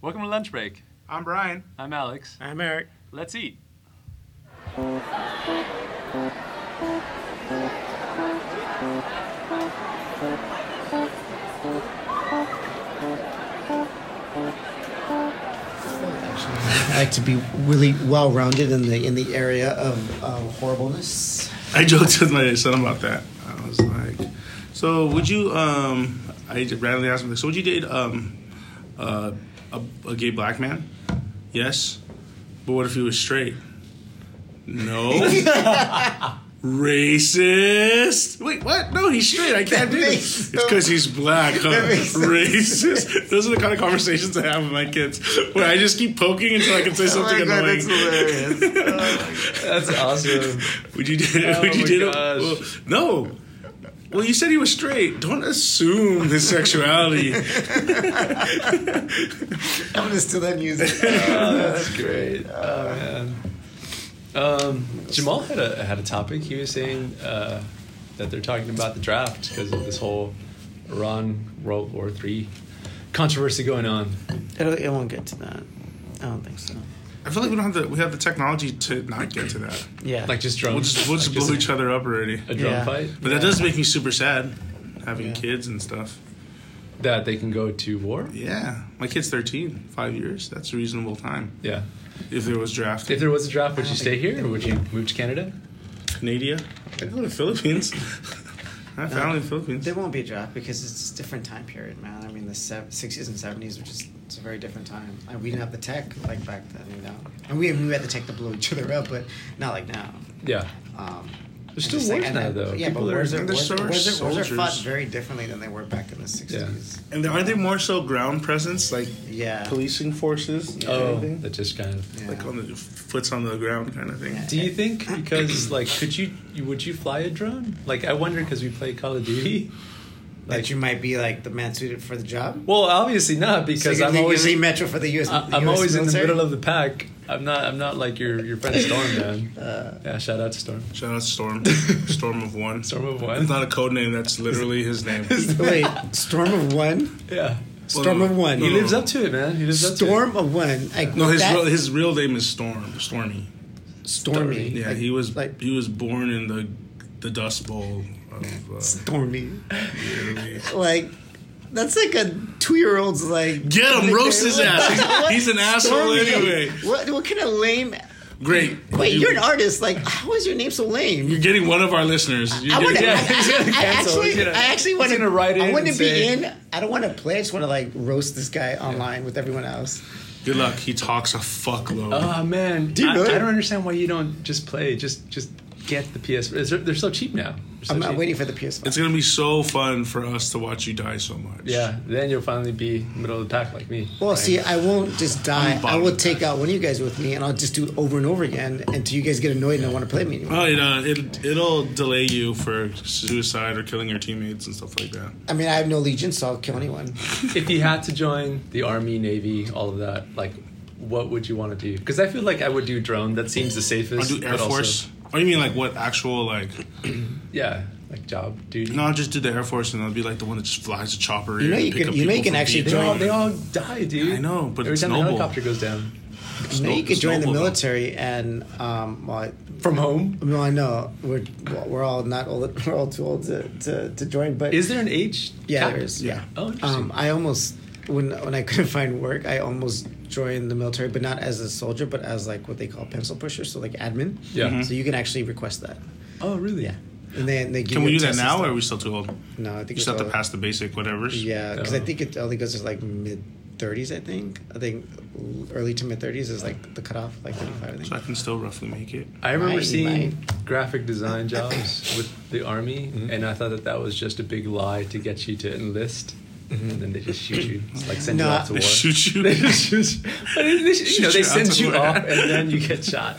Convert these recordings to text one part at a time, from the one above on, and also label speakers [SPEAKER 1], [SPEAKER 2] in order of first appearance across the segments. [SPEAKER 1] Welcome to Lunch Break.
[SPEAKER 2] I'm Brian.
[SPEAKER 1] I'm Alex.
[SPEAKER 2] I'm Eric.
[SPEAKER 1] Let's eat.
[SPEAKER 3] I like to be really well rounded in the in the area of uh, horribleness.
[SPEAKER 2] I joked with my son about that. I was like, "So would you?" Um, I just randomly asked him, "So would you date um, uh, a, a gay black man?" Yes. But what if he was straight? No. Racist. Wait, what? No, he's straight. I can't do this.
[SPEAKER 3] makes
[SPEAKER 2] It's
[SPEAKER 3] so-
[SPEAKER 2] because he's black. Huh?
[SPEAKER 3] That makes so-
[SPEAKER 2] Racist. Those are the kind of conversations I have with my kids, where I just keep poking until I can say
[SPEAKER 3] Oh
[SPEAKER 2] something
[SPEAKER 3] my god,
[SPEAKER 2] annoying.
[SPEAKER 3] that's hilarious.
[SPEAKER 4] That's awesome.
[SPEAKER 2] Would you date?
[SPEAKER 4] Oh
[SPEAKER 2] would you
[SPEAKER 4] my
[SPEAKER 2] date? a-
[SPEAKER 4] gosh.
[SPEAKER 2] well, no. Well, you said he was straight. Don't assume his sexuality.
[SPEAKER 3] I'm gonna steal that music.
[SPEAKER 4] Oh, that's great. Oh man. Um, Jamal had a had a topic. He was saying uh, that they're talking about the draft because of this whole Iran World War Three controversy going on.
[SPEAKER 5] It'll, it won't get to that. I don't think so.
[SPEAKER 2] I feel like we don't have the we have the technology to not get to that.
[SPEAKER 5] Yeah.
[SPEAKER 4] Like just drones.
[SPEAKER 2] We'll just we'll just
[SPEAKER 4] like
[SPEAKER 2] blow each other up already.
[SPEAKER 4] A drone
[SPEAKER 5] Yeah.
[SPEAKER 4] fight
[SPEAKER 2] But that does make me super sad, having
[SPEAKER 3] Yeah.
[SPEAKER 2] kids and stuff.
[SPEAKER 4] that they can go to war.
[SPEAKER 2] Yeah, my kid's 13, five years. That's a reasonable time.
[SPEAKER 4] Yeah.
[SPEAKER 2] If there was draft,
[SPEAKER 4] If there was a draft, would you stay here or would you move to Canada?
[SPEAKER 2] Canada, I'd go to the Philippines. I have family in the Philippines.
[SPEAKER 5] There won't be a draft because it's a different time period, man. I mean, the sev- 60s and 70s were just, it's a very different time. And we didn't have the tech like back then, you know. And we, we had the tech to blow each other up, but not like now.
[SPEAKER 4] Yeah.
[SPEAKER 5] Um,
[SPEAKER 4] There's
[SPEAKER 5] I
[SPEAKER 4] still
[SPEAKER 5] just think-
[SPEAKER 4] wars
[SPEAKER 5] and
[SPEAKER 4] now
[SPEAKER 5] then-
[SPEAKER 4] though.
[SPEAKER 5] Yeah,
[SPEAKER 4] People
[SPEAKER 5] but
[SPEAKER 4] are-
[SPEAKER 5] wars are,
[SPEAKER 2] and there's
[SPEAKER 5] wars,
[SPEAKER 2] so
[SPEAKER 5] are,
[SPEAKER 2] much
[SPEAKER 5] wars, are, wars are fought
[SPEAKER 2] soldiers.
[SPEAKER 5] very differently than they were back in the 60s.
[SPEAKER 2] and aren't they more so ground presence, like
[SPEAKER 5] Yeah.
[SPEAKER 2] policing forces? and
[SPEAKER 4] Oh,
[SPEAKER 2] everything?
[SPEAKER 4] that just kind of.
[SPEAKER 5] Yeah.
[SPEAKER 2] like on the foots on the ground kind of thing.
[SPEAKER 5] Yeah.
[SPEAKER 4] Do you think because like could you you- would you fly a drone? Like I wonder because we play Call of Duty.
[SPEAKER 5] that you might be like the man suited for the job?
[SPEAKER 4] Well, obviously not
[SPEAKER 5] So
[SPEAKER 4] because
[SPEAKER 5] you're
[SPEAKER 4] I'm
[SPEAKER 5] the- you're
[SPEAKER 4] always
[SPEAKER 5] the metro for the US.
[SPEAKER 4] I,
[SPEAKER 5] US
[SPEAKER 4] am Uh, always in the
[SPEAKER 5] military?
[SPEAKER 4] middle of the pack. I'm not I'm not like your your friend Storm man.
[SPEAKER 5] Uh,
[SPEAKER 4] yeah, shout out to Storm.
[SPEAKER 2] Shout out Storm, Storm of One.
[SPEAKER 4] Storm of
[SPEAKER 2] It's
[SPEAKER 4] one.
[SPEAKER 2] not a code name. That's literally his name.
[SPEAKER 3] Wait, Storm of One?
[SPEAKER 4] Yeah,
[SPEAKER 3] Storm of One.
[SPEAKER 4] he lives up to it, man. He lives up to it.
[SPEAKER 3] Storm of One. Like,
[SPEAKER 2] No, his
[SPEAKER 3] that-
[SPEAKER 2] real, his real name is Storm Stormy.
[SPEAKER 3] Stormy.
[SPEAKER 2] Yeah,
[SPEAKER 3] Like-
[SPEAKER 2] he was
[SPEAKER 3] like
[SPEAKER 2] he was born in the the Dust Bowl of uh,
[SPEAKER 3] Stormy.
[SPEAKER 2] Italy.
[SPEAKER 3] Like that's like a two year old's like
[SPEAKER 2] Get him, roast his ass. He's- He's, an asshole
[SPEAKER 3] Stormy.
[SPEAKER 2] anyway.
[SPEAKER 3] What what kind of lame
[SPEAKER 2] Great.
[SPEAKER 3] Wait,
[SPEAKER 2] You-
[SPEAKER 3] you're an artist, like how is your name so lame?
[SPEAKER 2] You're getting one of our listeners. You're
[SPEAKER 3] I want
[SPEAKER 2] getting-
[SPEAKER 3] to.
[SPEAKER 4] Yeah,
[SPEAKER 3] I,
[SPEAKER 4] he's gonna
[SPEAKER 3] I- I
[SPEAKER 4] cancel.
[SPEAKER 3] actually,
[SPEAKER 4] He's gonna-
[SPEAKER 3] I actually
[SPEAKER 4] he's
[SPEAKER 3] want
[SPEAKER 4] gonna write in
[SPEAKER 3] I want to
[SPEAKER 4] and
[SPEAKER 3] be
[SPEAKER 4] say-
[SPEAKER 3] in. I don't want to play. I just want to like roast this guy online with everyone else.
[SPEAKER 2] Good luck. He talks a fuckload.
[SPEAKER 4] Oh man,
[SPEAKER 3] you
[SPEAKER 4] I,
[SPEAKER 3] really?
[SPEAKER 4] I don't understand why you don't just play. Just just get the PS. They're, they're so cheap now. They're so
[SPEAKER 3] I'm not
[SPEAKER 4] cheap.
[SPEAKER 3] waiting for the PS5.
[SPEAKER 2] it's gonna be so fun for us to watch you die so much.
[SPEAKER 4] Yeah, then you'll finally be middle of the pack like me.
[SPEAKER 3] Well,
[SPEAKER 4] right?
[SPEAKER 3] see, I won't just die. I
[SPEAKER 2] bottom
[SPEAKER 3] will take out one of you guys with me, and I'll just do it over and over again until you guys get annoyed and don't want to play me anymore.
[SPEAKER 2] Well, it, uh, it it'll delay you for suicide or killing your teammates and stuff like that.
[SPEAKER 3] I mean, I have no legion, so I'll kill anyone.
[SPEAKER 4] if you had to join the army, navy, all of that, like, what would you want to do? Because I feel like I would do drone. That seems the
[SPEAKER 2] Or
[SPEAKER 4] safest.
[SPEAKER 2] do Air
[SPEAKER 4] but also-
[SPEAKER 2] Force? Or you mean like what actual like?
[SPEAKER 4] yeah, like job duty.
[SPEAKER 2] No, I'll just do the Air Force and I'll be like the one that just flies a chopper.
[SPEAKER 3] You know
[SPEAKER 2] and
[SPEAKER 3] you
[SPEAKER 2] pick
[SPEAKER 3] can-
[SPEAKER 2] up
[SPEAKER 3] you know you
[SPEAKER 2] people
[SPEAKER 3] can
[SPEAKER 2] from
[SPEAKER 3] actually
[SPEAKER 4] they all
[SPEAKER 2] Vietnam.
[SPEAKER 4] Oh, they all die, dude.
[SPEAKER 2] I know, but
[SPEAKER 4] every
[SPEAKER 2] it's
[SPEAKER 4] time
[SPEAKER 2] noble.
[SPEAKER 4] the helicopter goes down
[SPEAKER 3] You know,
[SPEAKER 2] no-
[SPEAKER 3] you could
[SPEAKER 2] it's
[SPEAKER 3] join the
[SPEAKER 2] noble, though.
[SPEAKER 3] military, and um, well, I,
[SPEAKER 4] from home.
[SPEAKER 3] well, I know we're we're all not old, we're all too old to, to, to join, but
[SPEAKER 4] Is there an age?
[SPEAKER 3] yeah,
[SPEAKER 4] cap?
[SPEAKER 3] there is,
[SPEAKER 2] Yeah.
[SPEAKER 3] yeah.
[SPEAKER 4] Oh, interesting.
[SPEAKER 3] Um, I almost when when I couldn't find work, I almost joined the military, but not as a soldier, but as like what they call pencil pusher, so like admin.
[SPEAKER 4] Yeah. Mhm.
[SPEAKER 3] So you can actually request that,
[SPEAKER 4] oh, really?
[SPEAKER 3] Yeah. and then they give
[SPEAKER 2] Can we
[SPEAKER 3] you a
[SPEAKER 2] do that
[SPEAKER 3] test and
[SPEAKER 2] now, or
[SPEAKER 3] stuff.
[SPEAKER 2] are we still too old?
[SPEAKER 3] No, I think
[SPEAKER 2] You
[SPEAKER 3] it's
[SPEAKER 2] just have to
[SPEAKER 3] all-
[SPEAKER 2] pass the basic whatever's.
[SPEAKER 3] Yeah, because I
[SPEAKER 4] Oh.
[SPEAKER 3] think it only goes to like mid thirties. I think I think early to mid thirties is like the cutoff, like thirty five. I think.
[SPEAKER 2] So I can still roughly make it.
[SPEAKER 4] I remember
[SPEAKER 3] Mighty,
[SPEAKER 4] seeing
[SPEAKER 3] mighty.
[SPEAKER 4] graphic design jobs with the army, and I thought that that was just a big lie to get you to enlist, and then they just shoot you, It's like send
[SPEAKER 3] No,
[SPEAKER 4] you off to
[SPEAKER 2] They
[SPEAKER 4] war.
[SPEAKER 2] shoot you.
[SPEAKER 4] They just, just- but they- they- you know,
[SPEAKER 2] Shoot
[SPEAKER 4] they
[SPEAKER 2] you
[SPEAKER 4] send
[SPEAKER 2] out
[SPEAKER 4] you
[SPEAKER 2] to war.
[SPEAKER 4] off and then you get shot.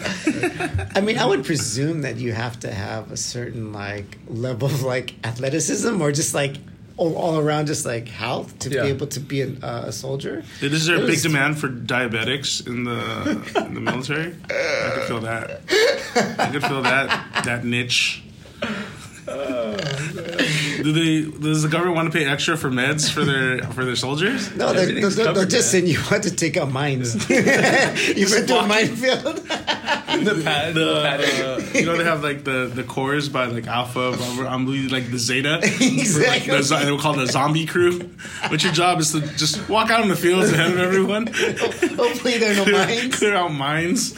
[SPEAKER 3] I mean, I would presume that you have to have a certain like level of like athleticism or just like all, all around just like health to
[SPEAKER 4] Yeah.
[SPEAKER 3] be able to be an, uh, a soldier.
[SPEAKER 2] Is there a
[SPEAKER 3] It
[SPEAKER 2] big
[SPEAKER 3] was-
[SPEAKER 2] demand for diabetics in the in the military? I could feel that.
[SPEAKER 3] Oh,
[SPEAKER 2] I could feel that that niche. Do they? Does the government want to pay extra for meds for their for their soldiers?
[SPEAKER 4] No, they, they'll,
[SPEAKER 6] Everything's
[SPEAKER 4] they'll, they'll
[SPEAKER 6] covered,
[SPEAKER 4] just
[SPEAKER 6] man.
[SPEAKER 4] send you out to take out mines. you went to a
[SPEAKER 6] walking.
[SPEAKER 4] minefield.
[SPEAKER 6] the pad, the, padding.
[SPEAKER 2] Uh, you know they have like the the cores by like Alpha, but I'm really like the Zeta. Like,
[SPEAKER 4] exactly.
[SPEAKER 2] the, zo- they were called the zombie crew. But your job is to just walk out in the fields ahead of everyone.
[SPEAKER 4] Hopefully there are no
[SPEAKER 2] clear,
[SPEAKER 4] mines.
[SPEAKER 2] clear out mines.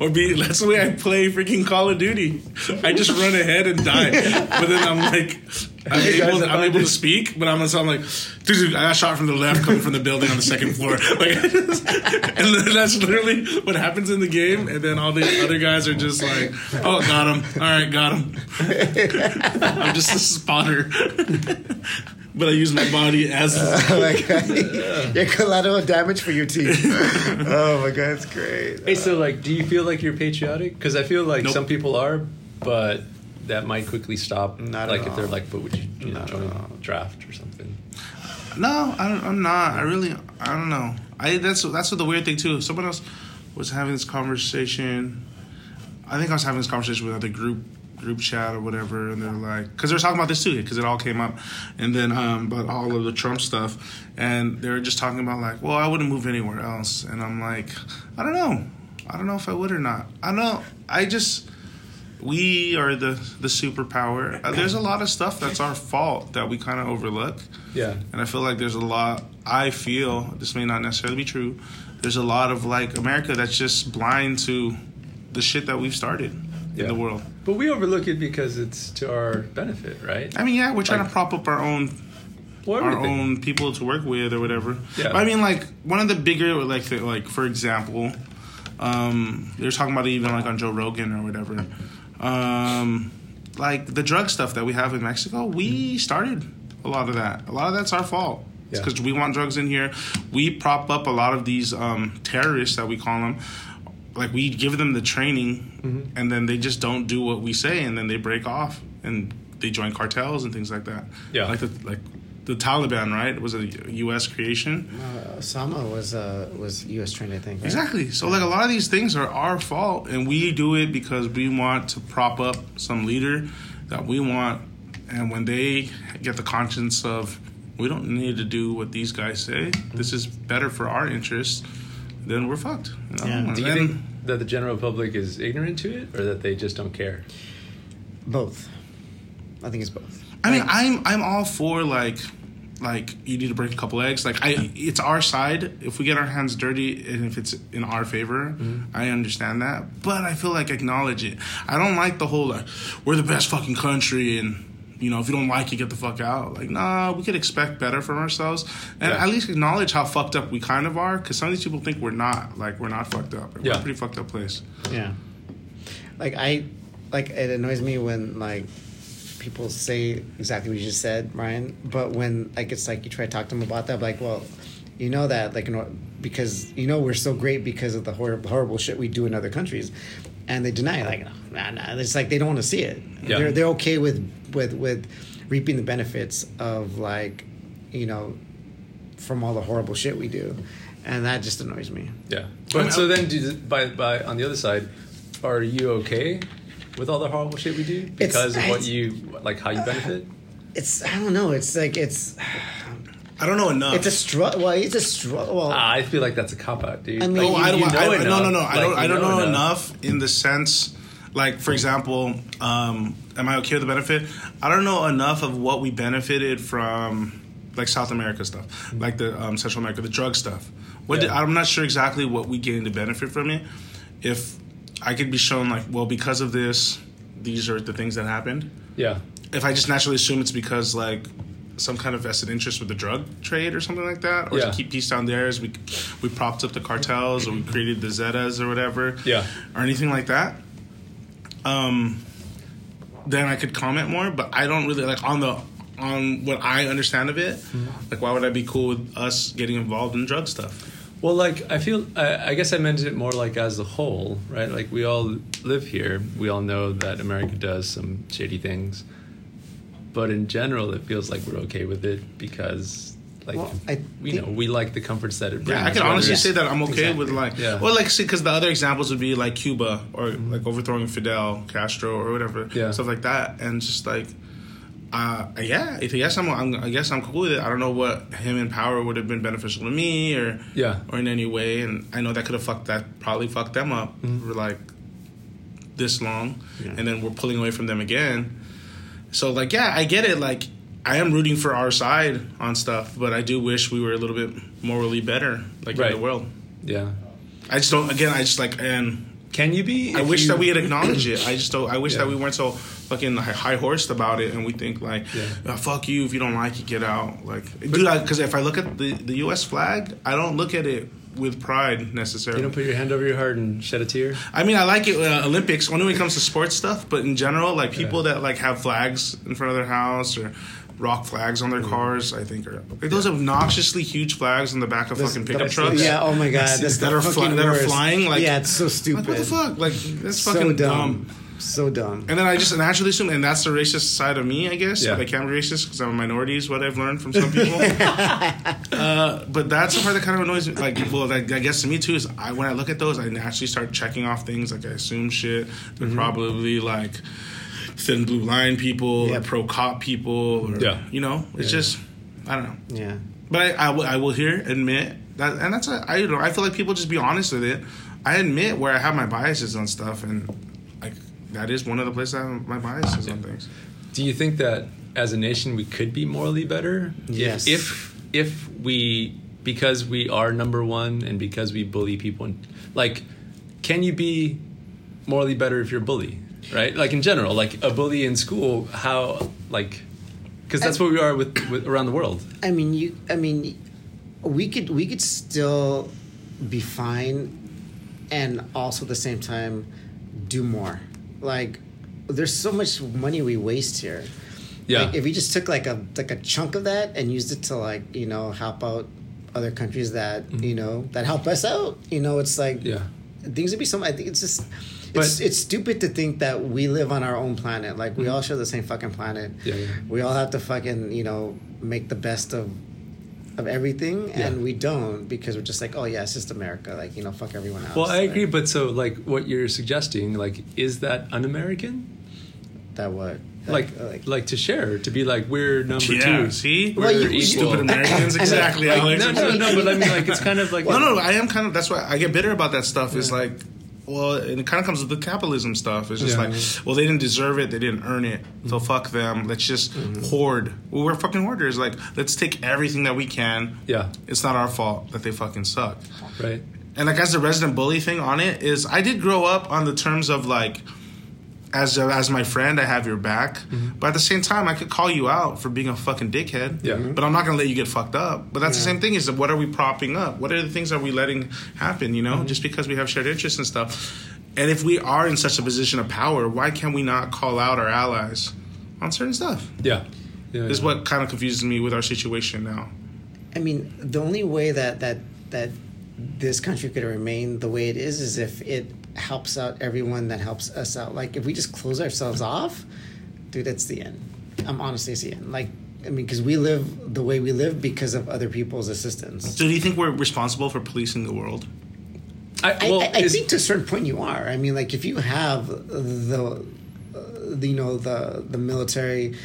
[SPEAKER 2] or be that's the way I play freaking Call of Duty. I just run ahead and die, but then I'm like. I'm able, I'm able to speak, but I'm also I'm like, dude, dude, I got shot from the left coming from the building on the second floor. Like, and then that's literally what happens in the game. And then all the other guys are just like, oh, got him. All right, got him. I'm just a spotter, but I use my body as
[SPEAKER 4] Oh my god. Your collateral damage for your team. oh my god, that's great.
[SPEAKER 6] Hey, so like, do you feel like you're patriotic? Because I feel like
[SPEAKER 2] Nope.
[SPEAKER 6] some people are, but that might quickly stop.
[SPEAKER 4] Not at
[SPEAKER 6] like if
[SPEAKER 4] all.
[SPEAKER 6] they're like, but would you, you know,
[SPEAKER 4] Not at
[SPEAKER 6] join
[SPEAKER 4] all.
[SPEAKER 6] draft or something?
[SPEAKER 2] No, I don't, I'm not. I really, I don't know. I that's that's what the weird thing too. Someone else was having this conversation. I think I was having this conversation with another group group chat or whatever, and they're like, because they're talking about this too, because it all came up, and then um, about all of the Trump stuff, and they were just talking about like, well, I wouldn't move anywhere else, and I'm like, I don't know, I don't know if I would or not. I don't know. I just we are the the superpower. Uh, There's a lot of stuff that's our fault that we kind of overlook.
[SPEAKER 6] Yeah.
[SPEAKER 2] And I feel like there's a lot, I feel, this may not necessarily be true, there's a lot of like America that's just blind to the shit that we've started
[SPEAKER 6] Yeah.
[SPEAKER 2] in the world.
[SPEAKER 6] But we overlook it because it's to our benefit, right?
[SPEAKER 2] I mean, yeah, we're trying
[SPEAKER 6] Like-
[SPEAKER 2] to prop up our own
[SPEAKER 6] Well,
[SPEAKER 2] our
[SPEAKER 6] everything.
[SPEAKER 2] own people to work with or whatever.
[SPEAKER 6] Yeah.
[SPEAKER 2] But I mean, like one of the bigger, like th- like for example, um, they were talking about it even like on Joe Rogan or whatever. Um, like the drug stuff that we have in Mexico, we started a lot of that. A lot of that's our fault.
[SPEAKER 6] Yeah.
[SPEAKER 2] Because we want drugs in here, we prop up a lot of these um, terrorists that we call them. Like we give them the training,
[SPEAKER 6] Mm-hmm.
[SPEAKER 2] and then they just don't do what we say, and then they break off and they join cartels and things like that.
[SPEAKER 6] Yeah.
[SPEAKER 2] Like the like the Taliban, right? Was a U.S. creation.
[SPEAKER 3] Uh, Osama was uh, was U.S. trained, I think. Right?
[SPEAKER 2] Exactly. So like a lot of these things are our fault, and we do it because we want to prop up some leader that we want. And when they get the conscience of, we don't need to do what these guys say. This is better for our interests. Then we're fucked. you know?
[SPEAKER 3] Yeah.
[SPEAKER 2] And
[SPEAKER 6] Do you
[SPEAKER 2] then-
[SPEAKER 6] think that the general public is ignorant to it, or that they just don't care?
[SPEAKER 3] Both. I think it's both.
[SPEAKER 2] I mean, I'm I'm all for like like you need to break a couple eggs. Like I, it's our side. If we get our hands dirty and if it's in our favor,
[SPEAKER 6] Mm-hmm.
[SPEAKER 2] I understand that. But I feel like acknowledge it. I don't like the whole like we're the best fucking country and. You know, if you don't like it, get the fuck out. Like, nah, we could expect better from ourselves, and
[SPEAKER 6] Yeah.
[SPEAKER 2] at least acknowledge how fucked up we kind of are. Because some of these people think we're not. Like, we're not fucked up. We're
[SPEAKER 6] Yeah.
[SPEAKER 2] a pretty fucked up place.
[SPEAKER 3] Yeah. Like I, like it annoys me when like people say exactly what you just said, Ryan. But when like it's like you try to talk to them about that, like, well, you know that like you know, because you know we're so great because of the horrible horrible shit we do in other countries, and they deny it. Like, nah, nah. It's like they don't want to see it.
[SPEAKER 6] Yeah.
[SPEAKER 3] They're they're okay with with with reaping the benefits of like, you know, from all the horrible shit we do, and that just annoys me.
[SPEAKER 6] Yeah. But so then, do, by by on the other side, are you okay with all the horrible shit we do because of what
[SPEAKER 3] it's-
[SPEAKER 6] you like, how you benefit?
[SPEAKER 3] It's I don't know. It's like it's.
[SPEAKER 2] I don't know enough.
[SPEAKER 3] It's a struggle. Well, it's a struggle. Well,
[SPEAKER 6] Ah, I feel like that's a cop out, dude.
[SPEAKER 3] I mean-
[SPEAKER 6] Like,
[SPEAKER 2] No,
[SPEAKER 3] you-
[SPEAKER 2] I don't.
[SPEAKER 6] you know
[SPEAKER 2] I don't no,
[SPEAKER 6] enough.
[SPEAKER 2] no, no. I
[SPEAKER 6] Like,
[SPEAKER 2] don't.
[SPEAKER 6] you
[SPEAKER 2] I don't
[SPEAKER 6] know
[SPEAKER 2] know, enough. in the sense, like for example, um, am I okay with the benefit? I don't know enough of what we benefited from, like South America stuff, like the um, Central America, the drug stuff. What did,
[SPEAKER 6] Yeah.
[SPEAKER 2] I'm not sure exactly what we gained the benefit from it. If I could be shown like, well, because of this, these are the things that happened
[SPEAKER 6] yeah.
[SPEAKER 2] if I just naturally assume it's because like some kind of vested interest with the drug trade or something like that, or
[SPEAKER 6] Yeah.
[SPEAKER 2] to keep peace down there, as we we propped up the cartels or we created the Zetas or whatever,
[SPEAKER 6] Yeah.
[SPEAKER 2] or anything like that. Um, then I could comment more, but I don't really like on the on what I understand of it.
[SPEAKER 6] Mm-hmm.
[SPEAKER 2] Like, why would I be cool with us getting involved in drug stuff?
[SPEAKER 6] Well, like I feel, I, I guess I meant it more like as a whole, right? Like we all live here, we all know that America does some shady things, but in general, it feels like we're okay with it because, like,
[SPEAKER 3] Well, I
[SPEAKER 6] we
[SPEAKER 3] think-
[SPEAKER 6] know we like the comforts that it brings.
[SPEAKER 2] Yeah, I can
[SPEAKER 6] whether
[SPEAKER 2] honestly
[SPEAKER 6] it's-
[SPEAKER 2] say that I'm okay
[SPEAKER 3] Exactly.
[SPEAKER 2] with like,
[SPEAKER 6] Yeah.
[SPEAKER 2] well, like, see, because the other examples would be like Cuba or like overthrowing Fidel Castro or whatever,
[SPEAKER 6] Yeah.
[SPEAKER 2] stuff like that, and just like, uh, yeah, if he guess I'm, I'm, I guess I'm cool with it. I don't know what him in power would have been beneficial to me or
[SPEAKER 6] Yeah.
[SPEAKER 2] or in any way, and I know that could have fucked that probably fucked them up for like this long, and then we're pulling away from them again. So like, yeah, I get it. Like, I am rooting for our side on stuff, but I do wish we were a little bit morally better, like in
[SPEAKER 6] Right.
[SPEAKER 2] the world.
[SPEAKER 6] Yeah.
[SPEAKER 2] I just don't. Again, I just like and
[SPEAKER 6] Can you be?
[SPEAKER 2] I
[SPEAKER 6] if
[SPEAKER 2] wish
[SPEAKER 6] you-
[SPEAKER 2] that we had acknowledged it. I just don't. I wish
[SPEAKER 6] Yeah.
[SPEAKER 2] that we weren't so fucking high horsed about it, and we think like,
[SPEAKER 6] Yeah.
[SPEAKER 2] "Ah, "Fuck you! If you don't like it, get out." Like, dude, because if I look at the the U.S. flag, I don't look at it with pride necessarily.
[SPEAKER 6] You don't put your hand over your heart and shed a tear.
[SPEAKER 2] I mean, I like it uh, Olympics only when it comes to sports stuff, but in general, like people that like have flags in front of their house or rock flags on their cars, I think are like those obnoxiously huge flags on the back of fucking pickup trucks.
[SPEAKER 3] Yeah. Oh my god. That's
[SPEAKER 2] that
[SPEAKER 3] the
[SPEAKER 2] are
[SPEAKER 3] fucking
[SPEAKER 2] fly- that are
[SPEAKER 3] worst.
[SPEAKER 2] flying, like-
[SPEAKER 3] yeah, it's so stupid.
[SPEAKER 2] Like what the fuck? Like that's
[SPEAKER 3] So
[SPEAKER 2] fucking dumb.
[SPEAKER 3] dumb. So dumb.
[SPEAKER 2] And then I just naturally assume, and that's the racist side of me, I guess.
[SPEAKER 6] Mm-hmm. Yeah.
[SPEAKER 2] But I can't be racist because I'm a minority, is what I've learned from some people. uh, but that's the part that kind of annoys me. Like, well, that, I guess to me too is I when I look at those, I naturally start checking off things. Like, I assume shit. They're
[SPEAKER 6] Mm-hmm.
[SPEAKER 2] probably like thin blue line people,
[SPEAKER 3] Yeah.
[SPEAKER 2] or pro cop people, or
[SPEAKER 6] Yeah.
[SPEAKER 2] you know, it's
[SPEAKER 6] Yeah.
[SPEAKER 2] just I don't know.
[SPEAKER 3] Yeah.
[SPEAKER 2] But I, I, will- I will here admit that, and that's a, I you know I feel like people just be honest with it. I admit where I have my biases on stuff, and like that is one of the places I have my biases on things.
[SPEAKER 6] Do you think that as a nation we could be morally better? If-
[SPEAKER 3] Yes.
[SPEAKER 6] If if we because we are number one and because we bully people, and, like, can you be morally better if you're a bully? Right? Like in general, like a bully in school, how like because that's what we are with, with around the world.
[SPEAKER 3] I mean, you. I mean, we could we could still be fine, and also at the same time, do more. Like, there's so much money we waste here.
[SPEAKER 6] Yeah.
[SPEAKER 3] Like, if we just took like a like a chunk of that and used it to like you know help out other countries that you know that help us out, you know, it's like
[SPEAKER 6] Mm-hmm. Yeah.
[SPEAKER 3] things would be some. I think it's just.
[SPEAKER 6] But- Mm-hmm.
[SPEAKER 3] it's, it's stupid to think that we live on our own planet. Like we all share the same fucking planet.
[SPEAKER 6] Yeah, yeah.
[SPEAKER 3] We all have to fucking you know make the best of of everything,
[SPEAKER 6] Yeah.
[SPEAKER 3] and we don't because we're just like, oh yeah, it's just America. Like you know, fuck everyone else.
[SPEAKER 6] Well, I
[SPEAKER 3] Like,
[SPEAKER 6] agree, but so like what you're suggesting, like, is that un-American?
[SPEAKER 3] That what?
[SPEAKER 6] Like, like, to share, to be like we're number
[SPEAKER 2] yeah,
[SPEAKER 6] two.
[SPEAKER 2] see,
[SPEAKER 6] We're
[SPEAKER 3] Well, you-
[SPEAKER 6] equal.
[SPEAKER 2] stupid Americans, exactly.
[SPEAKER 3] Like,
[SPEAKER 2] Alex.
[SPEAKER 6] No, no, no. But I mean, like, it's kind of like
[SPEAKER 2] No, no, I am kind of. That's why I get bitter about that stuff. Is like, well, and it kind of comes with the capitalism stuff. It's just
[SPEAKER 6] Yeah. Mm-hmm.
[SPEAKER 2] like, well, they didn't deserve it. They didn't earn it. So fuck them. Let's just hoard. Well, we're fucking hoarders. Like, let's take everything that we can.
[SPEAKER 6] Yeah.
[SPEAKER 2] It's not our fault that they fucking suck.
[SPEAKER 6] Right.
[SPEAKER 2] And like as the resident bully thing on it is, I did grow up on the terms of like, as as my friend, I have your back. But at the same time, I could call you out for being a fucking dickhead.
[SPEAKER 6] Mm-hmm. Yeah.
[SPEAKER 2] But I'm not gonna let you get fucked up. But that's the same thing. Is that what are we propping up? What are the things that we letting happen? You know,
[SPEAKER 6] Mm-hmm.
[SPEAKER 2] just because we have shared interests and stuff. And if we are in such a position of power, why can we not call out our allies on certain stuff?
[SPEAKER 6] Yeah. Yeah.
[SPEAKER 2] Is
[SPEAKER 6] yeah.
[SPEAKER 2] what kind of confuses me with our situation now.
[SPEAKER 3] I mean, the only way that that that this country could remain the way it is is if it helps out everyone that helps us out. Like if we just close ourselves off, dude, that's the end. I'm honestly it's the end. Like I mean, because we live the way we live because of other people's assistance.
[SPEAKER 2] So do you think we're responsible for policing the world?
[SPEAKER 6] I,
[SPEAKER 3] I,
[SPEAKER 6] well,
[SPEAKER 3] I, I
[SPEAKER 6] is-
[SPEAKER 3] think to a certain point you are. I mean, like if you have the, uh, the you know the the military,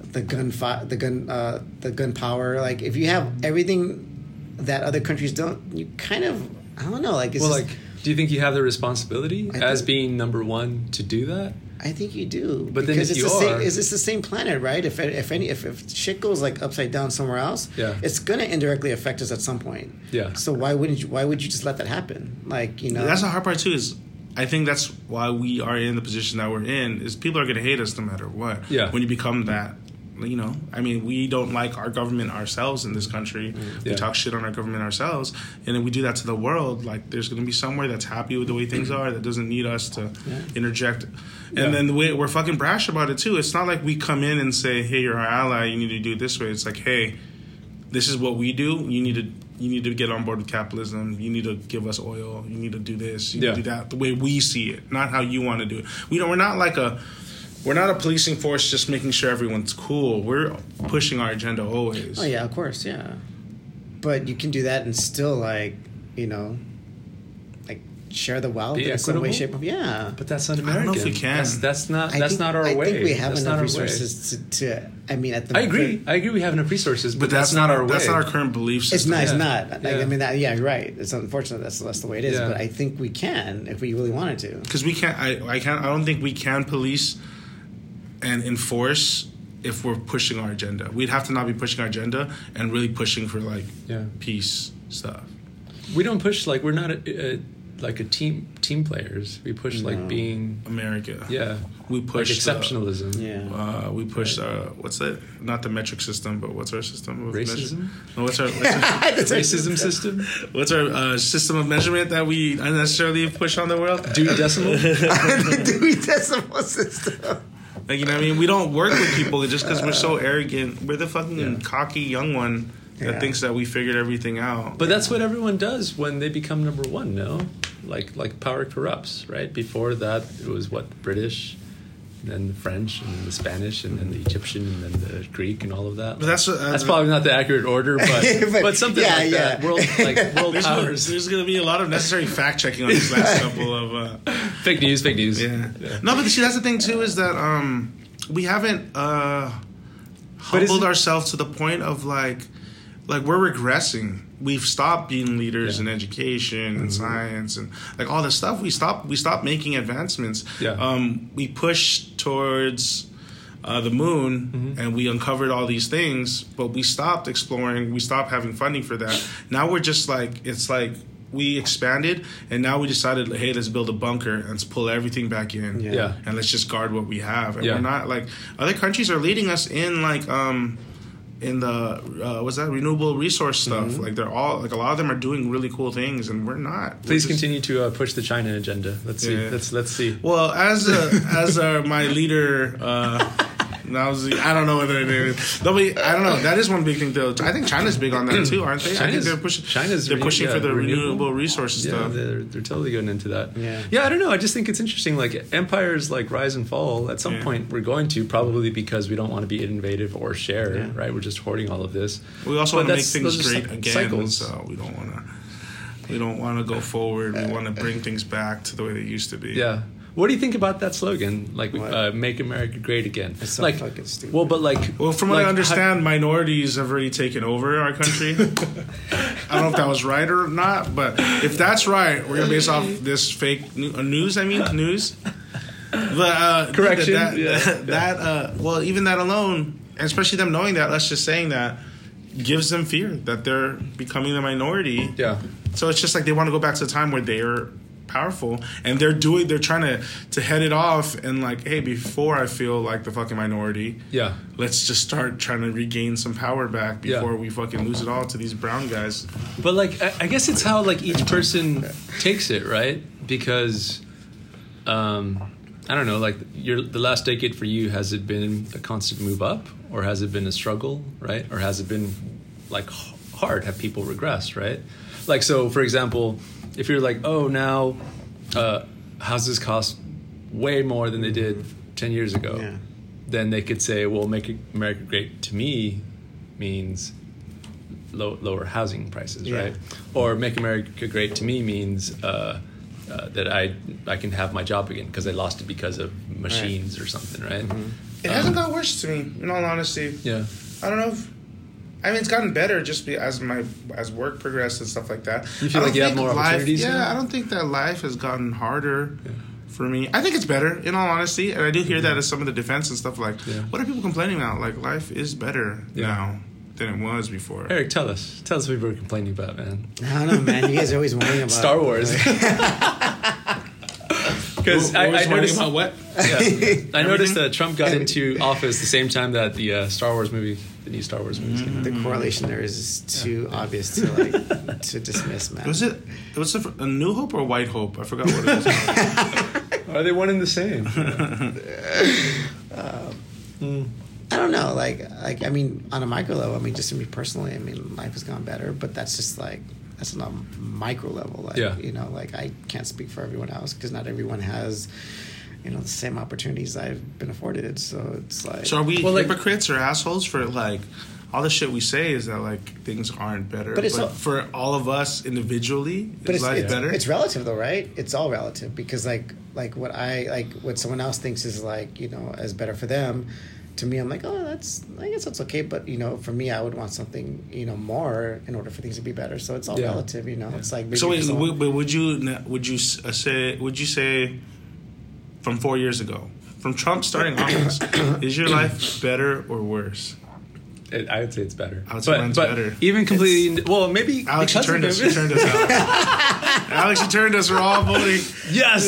[SPEAKER 3] the gun fi- the gun uh, the gun power. Like if you have everything that other countries don't, you kind of I don't know. Like it's
[SPEAKER 6] well,
[SPEAKER 3] just-
[SPEAKER 6] like, do you think you have the responsibility
[SPEAKER 3] I
[SPEAKER 6] as
[SPEAKER 3] think-
[SPEAKER 6] being number one to do that?
[SPEAKER 3] I think you do.
[SPEAKER 6] But then
[SPEAKER 3] because
[SPEAKER 6] if
[SPEAKER 3] it's
[SPEAKER 6] you
[SPEAKER 3] the
[SPEAKER 6] are-
[SPEAKER 3] same, is it's the same planet, right? If if any if, if shit goes like upside down somewhere else,
[SPEAKER 6] Yeah.
[SPEAKER 3] it's gonna indirectly affect us at some point.
[SPEAKER 6] Yeah.
[SPEAKER 3] So why wouldn't you? Why would you just let that happen? Like you know.
[SPEAKER 2] That's the hard part too. Is I think that's why we are in the position that we're in. Is people are going to hate us no matter what.
[SPEAKER 6] Yeah.
[SPEAKER 2] When you become that, you know, I mean, we don't like our government ourselves in this country.
[SPEAKER 6] Mm, Yeah.
[SPEAKER 2] We talk shit on our government ourselves, and then we do that to the world. Like, there's going to be somewhere that's happy with the way things are that doesn't need us to interject. And
[SPEAKER 6] Yeah.
[SPEAKER 2] then the way we're fucking brash about it too. It's not like we come in and say, "Hey, you're our ally. You need to do it this way." It's like, "Hey, this is what we do. You need to you need to get on board with capitalism. You need to give us oil. You need to do this. You
[SPEAKER 6] Yeah.
[SPEAKER 2] need to do that. The way we see it, not how you want to do it. We don't. We're not like a we're not a policing force just making sure everyone's cool. We're pushing our agenda always.
[SPEAKER 3] Oh yeah, of course, yeah. But you can do that and still like, you know, like share the wealth
[SPEAKER 6] Be
[SPEAKER 3] in some way,
[SPEAKER 6] equitable?
[SPEAKER 3] shape, or yeah.
[SPEAKER 6] But that's un-American.
[SPEAKER 2] don't know if we can.
[SPEAKER 6] That's, that's not.
[SPEAKER 3] I
[SPEAKER 6] That's
[SPEAKER 3] think-
[SPEAKER 6] not our
[SPEAKER 3] I
[SPEAKER 6] way.
[SPEAKER 3] think we have
[SPEAKER 6] that's not
[SPEAKER 3] enough
[SPEAKER 6] our Way.
[SPEAKER 3] resources to, to. I mean, at the
[SPEAKER 6] I agree. I agree. We have enough resources,
[SPEAKER 2] But
[SPEAKER 6] but, that's, not our
[SPEAKER 2] That's
[SPEAKER 6] way.
[SPEAKER 2] not our current belief
[SPEAKER 3] It's
[SPEAKER 2] system.
[SPEAKER 3] not. It's
[SPEAKER 6] Yeah.
[SPEAKER 3] not. Like,
[SPEAKER 6] Yeah.
[SPEAKER 3] I mean, that, yeah, you're right. It's unfortunate that's that's the way it is.
[SPEAKER 6] Yeah.
[SPEAKER 3] But I think we can if we really wanted to.
[SPEAKER 2] because we can't. I, I can't. I don't think we can police and enforce if we're pushing our agenda. We'd have to not be pushing our agenda and really pushing for like
[SPEAKER 6] Yeah.
[SPEAKER 2] peace stuff.
[SPEAKER 6] We don't push like we're not a, a, like a team team players. We push like being
[SPEAKER 2] America.
[SPEAKER 6] yeah.
[SPEAKER 2] we push
[SPEAKER 6] like
[SPEAKER 2] the-
[SPEAKER 6] exceptionalism.
[SPEAKER 3] Yeah.
[SPEAKER 2] Uh, we push uh, what's it? Not the metric system, but what's our system? Of
[SPEAKER 6] Racism?
[SPEAKER 2] measure- No, what's our what's our,
[SPEAKER 6] Racism system.
[SPEAKER 2] what's our uh, system of measurement that we unnecessarily push on the world?
[SPEAKER 6] Dewey decimal.
[SPEAKER 4] the Dewey Decimal System.
[SPEAKER 2] Like you know, what I mean, we don't work with people just because we're so arrogant. We're the fucking cocky young one that
[SPEAKER 3] Yeah.
[SPEAKER 2] thinks that we figured everything out.
[SPEAKER 6] But that's what everyone does when they become number one. No, like like power corrupts. Right before that, it was what the British, then the French, and the Spanish, and then the Egyptian, and then the Greek, and all of that.
[SPEAKER 2] Mm-hmm. But that's what- uh,
[SPEAKER 6] that's probably not the accurate order, but but,
[SPEAKER 3] But,
[SPEAKER 6] something
[SPEAKER 3] yeah,
[SPEAKER 6] like that.
[SPEAKER 3] yeah.
[SPEAKER 6] World like world
[SPEAKER 2] There's gonna,
[SPEAKER 6] powers.
[SPEAKER 2] there's gonna be a lot of necessary fact checking on these last couple of. Uh,
[SPEAKER 6] Fake news. Fake news.
[SPEAKER 2] yeah. No, but see, that's the thing too is that um, we haven't uh,
[SPEAKER 6] But
[SPEAKER 2] humbled
[SPEAKER 6] isn't-
[SPEAKER 2] ourselves to the point of like, like we're regressing. We've stopped being leaders in education and
[SPEAKER 6] Mm-hmm.
[SPEAKER 2] science and like all this stuff. We stop. We stop making advancements.
[SPEAKER 6] Yeah.
[SPEAKER 2] Um, we push towards. Uh, the moon,
[SPEAKER 6] Mm-hmm.
[SPEAKER 2] and we uncovered all these things, but we stopped exploring. We stopped having funding for that. Now we're just like it's like we expanded, and now we decided, hey, let's build a bunker and let's pull everything back in
[SPEAKER 6] Yeah.
[SPEAKER 2] and let's just guard what we have. And
[SPEAKER 6] Yeah.
[SPEAKER 2] we're not like other countries are leading us in like um in the uh, what's that renewable resource stuff.
[SPEAKER 6] Mm-hmm.
[SPEAKER 2] Like they're all like a lot of them are doing really cool things, and we're not. We're
[SPEAKER 6] Please
[SPEAKER 2] just-
[SPEAKER 6] continue to uh, push the China agenda. Let's see.
[SPEAKER 2] Yeah.
[SPEAKER 6] Let's let's see.
[SPEAKER 2] Well, as a, as a, my leader. Uh, I, was, I don't know whether it is. Nobody, I don't know. That is one big thing, though. I think China's big on that too, aren't they? I think
[SPEAKER 6] Mm. China's-
[SPEAKER 2] they're pushing.
[SPEAKER 6] China's
[SPEAKER 2] they're
[SPEAKER 6] renew-
[SPEAKER 2] pushing
[SPEAKER 6] yeah,
[SPEAKER 2] for the
[SPEAKER 6] renewable.
[SPEAKER 2] renewable, resources
[SPEAKER 6] Yeah,
[SPEAKER 2] stuff.
[SPEAKER 6] they're, they're totally going into that.
[SPEAKER 3] Yeah.
[SPEAKER 6] yeah, I don't know. I just think it's interesting. Like empires, like rise and fall. At some
[SPEAKER 2] Yeah.
[SPEAKER 6] point, we're going to probably because we don't want to be innovative or share. Right, we're just hoarding all of this.
[SPEAKER 2] We also want to make
[SPEAKER 6] But that's-
[SPEAKER 2] things
[SPEAKER 6] those are
[SPEAKER 2] great
[SPEAKER 6] cy-
[SPEAKER 2] again,
[SPEAKER 6] Cycles.
[SPEAKER 2] so we don't want to. We don't want to go forward. We want to bring things back to the way they used to be.
[SPEAKER 6] Yeah. What do you think about that slogan? Like,
[SPEAKER 3] What?
[SPEAKER 6] uh, "Make America Great Again." It's
[SPEAKER 3] so
[SPEAKER 6] like,
[SPEAKER 3] fucking stupid.
[SPEAKER 6] Well, but like,
[SPEAKER 2] Well, from what
[SPEAKER 6] like,
[SPEAKER 2] I
[SPEAKER 6] how-
[SPEAKER 2] understand, minorities have already taken over our country. I don't know if that was right or not, but if that's right, we're gonna base off this fake nu- uh, news. I mean, news. But uh,
[SPEAKER 6] Correction,
[SPEAKER 2] That,
[SPEAKER 6] yeah.
[SPEAKER 2] that uh, well, even that alone, and especially them knowing that, us just saying that, gives them fear that they're becoming the minority.
[SPEAKER 6] yeah,
[SPEAKER 2] So it's just like they want to go back to a time where they're powerful and they're doing they're trying to to head it off and like hey before I feel like the fucking minority
[SPEAKER 6] yeah,
[SPEAKER 2] let's just start trying to regain some power back
[SPEAKER 6] Yeah.
[SPEAKER 2] before we fucking lose it all to these brown guys.
[SPEAKER 6] But like, I, I guess it's how like each person takes it, right? Because, um, I don't know. Like, your the last decade for you has it been a constant move up, or has it been a struggle, right? Or has it been like h- hard? Have people regressed, right? Like, so for example, if you're like, oh, now uh, houses cost way more than they did ten years ago,
[SPEAKER 3] Yeah.
[SPEAKER 6] then they could say, well, make America great to me means low, lower housing prices,
[SPEAKER 3] Yeah.
[SPEAKER 6] right? Or make America great to me means uh, uh, that I I can have my job again because I lost it because of machines or something, right?
[SPEAKER 2] It hasn't got worse to me, in all honesty.
[SPEAKER 6] Yeah,
[SPEAKER 2] I don't know if I mean it's gotten better just be, as my as work progressed and stuff like that.
[SPEAKER 6] You feel
[SPEAKER 2] I
[SPEAKER 6] like
[SPEAKER 2] don't
[SPEAKER 6] you have
[SPEAKER 2] think
[SPEAKER 6] more
[SPEAKER 2] life-
[SPEAKER 6] opportunities
[SPEAKER 2] Yeah,
[SPEAKER 6] now?
[SPEAKER 2] I don't think that life has gotten harder. For me, I think it's better in all honesty, and I do hear that as some of the defense and stuff. Like,
[SPEAKER 6] Mm-hmm. Yeah.
[SPEAKER 2] what are people complaining about? Like, life is better
[SPEAKER 6] Yeah.
[SPEAKER 2] now than it was before.
[SPEAKER 6] Eric, tell us, tell us what we were complaining about, man.
[SPEAKER 3] I don't know, man. You guys are always worrying about
[SPEAKER 6] Star Wars. Because I, I noticed,
[SPEAKER 2] about what?
[SPEAKER 6] yeah, I
[SPEAKER 2] Everything?
[SPEAKER 6] noticed that Trump got into office the same time that the uh, Star Wars movie, the new Star Wars movie,
[SPEAKER 2] Mm-hmm.
[SPEAKER 6] came out.
[SPEAKER 3] The correlation there is too obvious to like to dismiss, man.
[SPEAKER 2] Was it? Was it a New Hope or White Hope? I forgot what it was.
[SPEAKER 6] Are they one and the same?
[SPEAKER 3] I don't know. Like, like I mean, on a micro level, I mean, just to me personally, I mean, life has gone better, but that's just like that's on a micro level. Like,
[SPEAKER 6] Yeah.
[SPEAKER 3] you know, like I can't speak for everyone else because not everyone has, you know, the same opportunities I've been afforded. So it's like,
[SPEAKER 2] So are we
[SPEAKER 6] Well, like-
[SPEAKER 2] hypocrites or assholes for like all the shit we say is that like things aren't better.
[SPEAKER 3] But
[SPEAKER 2] But,
[SPEAKER 3] it's all-
[SPEAKER 2] for all of us individually,
[SPEAKER 3] but
[SPEAKER 2] is
[SPEAKER 3] it's,
[SPEAKER 2] life
[SPEAKER 3] it's
[SPEAKER 2] better?
[SPEAKER 3] It's relative though, right? It's all relative because like like what I like what someone else thinks is like you know as better for them. To me, I'm like, oh, that's I guess that's okay, but you know, for me, I would want something you know more in order for things to be better. So it's all
[SPEAKER 6] Yeah.
[SPEAKER 3] relative, you know. It's like maybe
[SPEAKER 2] so wait,
[SPEAKER 3] for someone-
[SPEAKER 2] w- but would you n- would you s- uh, say would you say from four years ago, from Trump starting office, is your life better or worse?
[SPEAKER 6] It, I would say it's better.
[SPEAKER 2] I would say mine's better.
[SPEAKER 6] Even completely. well, maybe
[SPEAKER 2] Alex, you
[SPEAKER 6] because
[SPEAKER 2] turned
[SPEAKER 6] of
[SPEAKER 2] us.
[SPEAKER 6] him-
[SPEAKER 2] You turned us. Alex. Alex, you turned us. We're all voting.
[SPEAKER 6] Yes,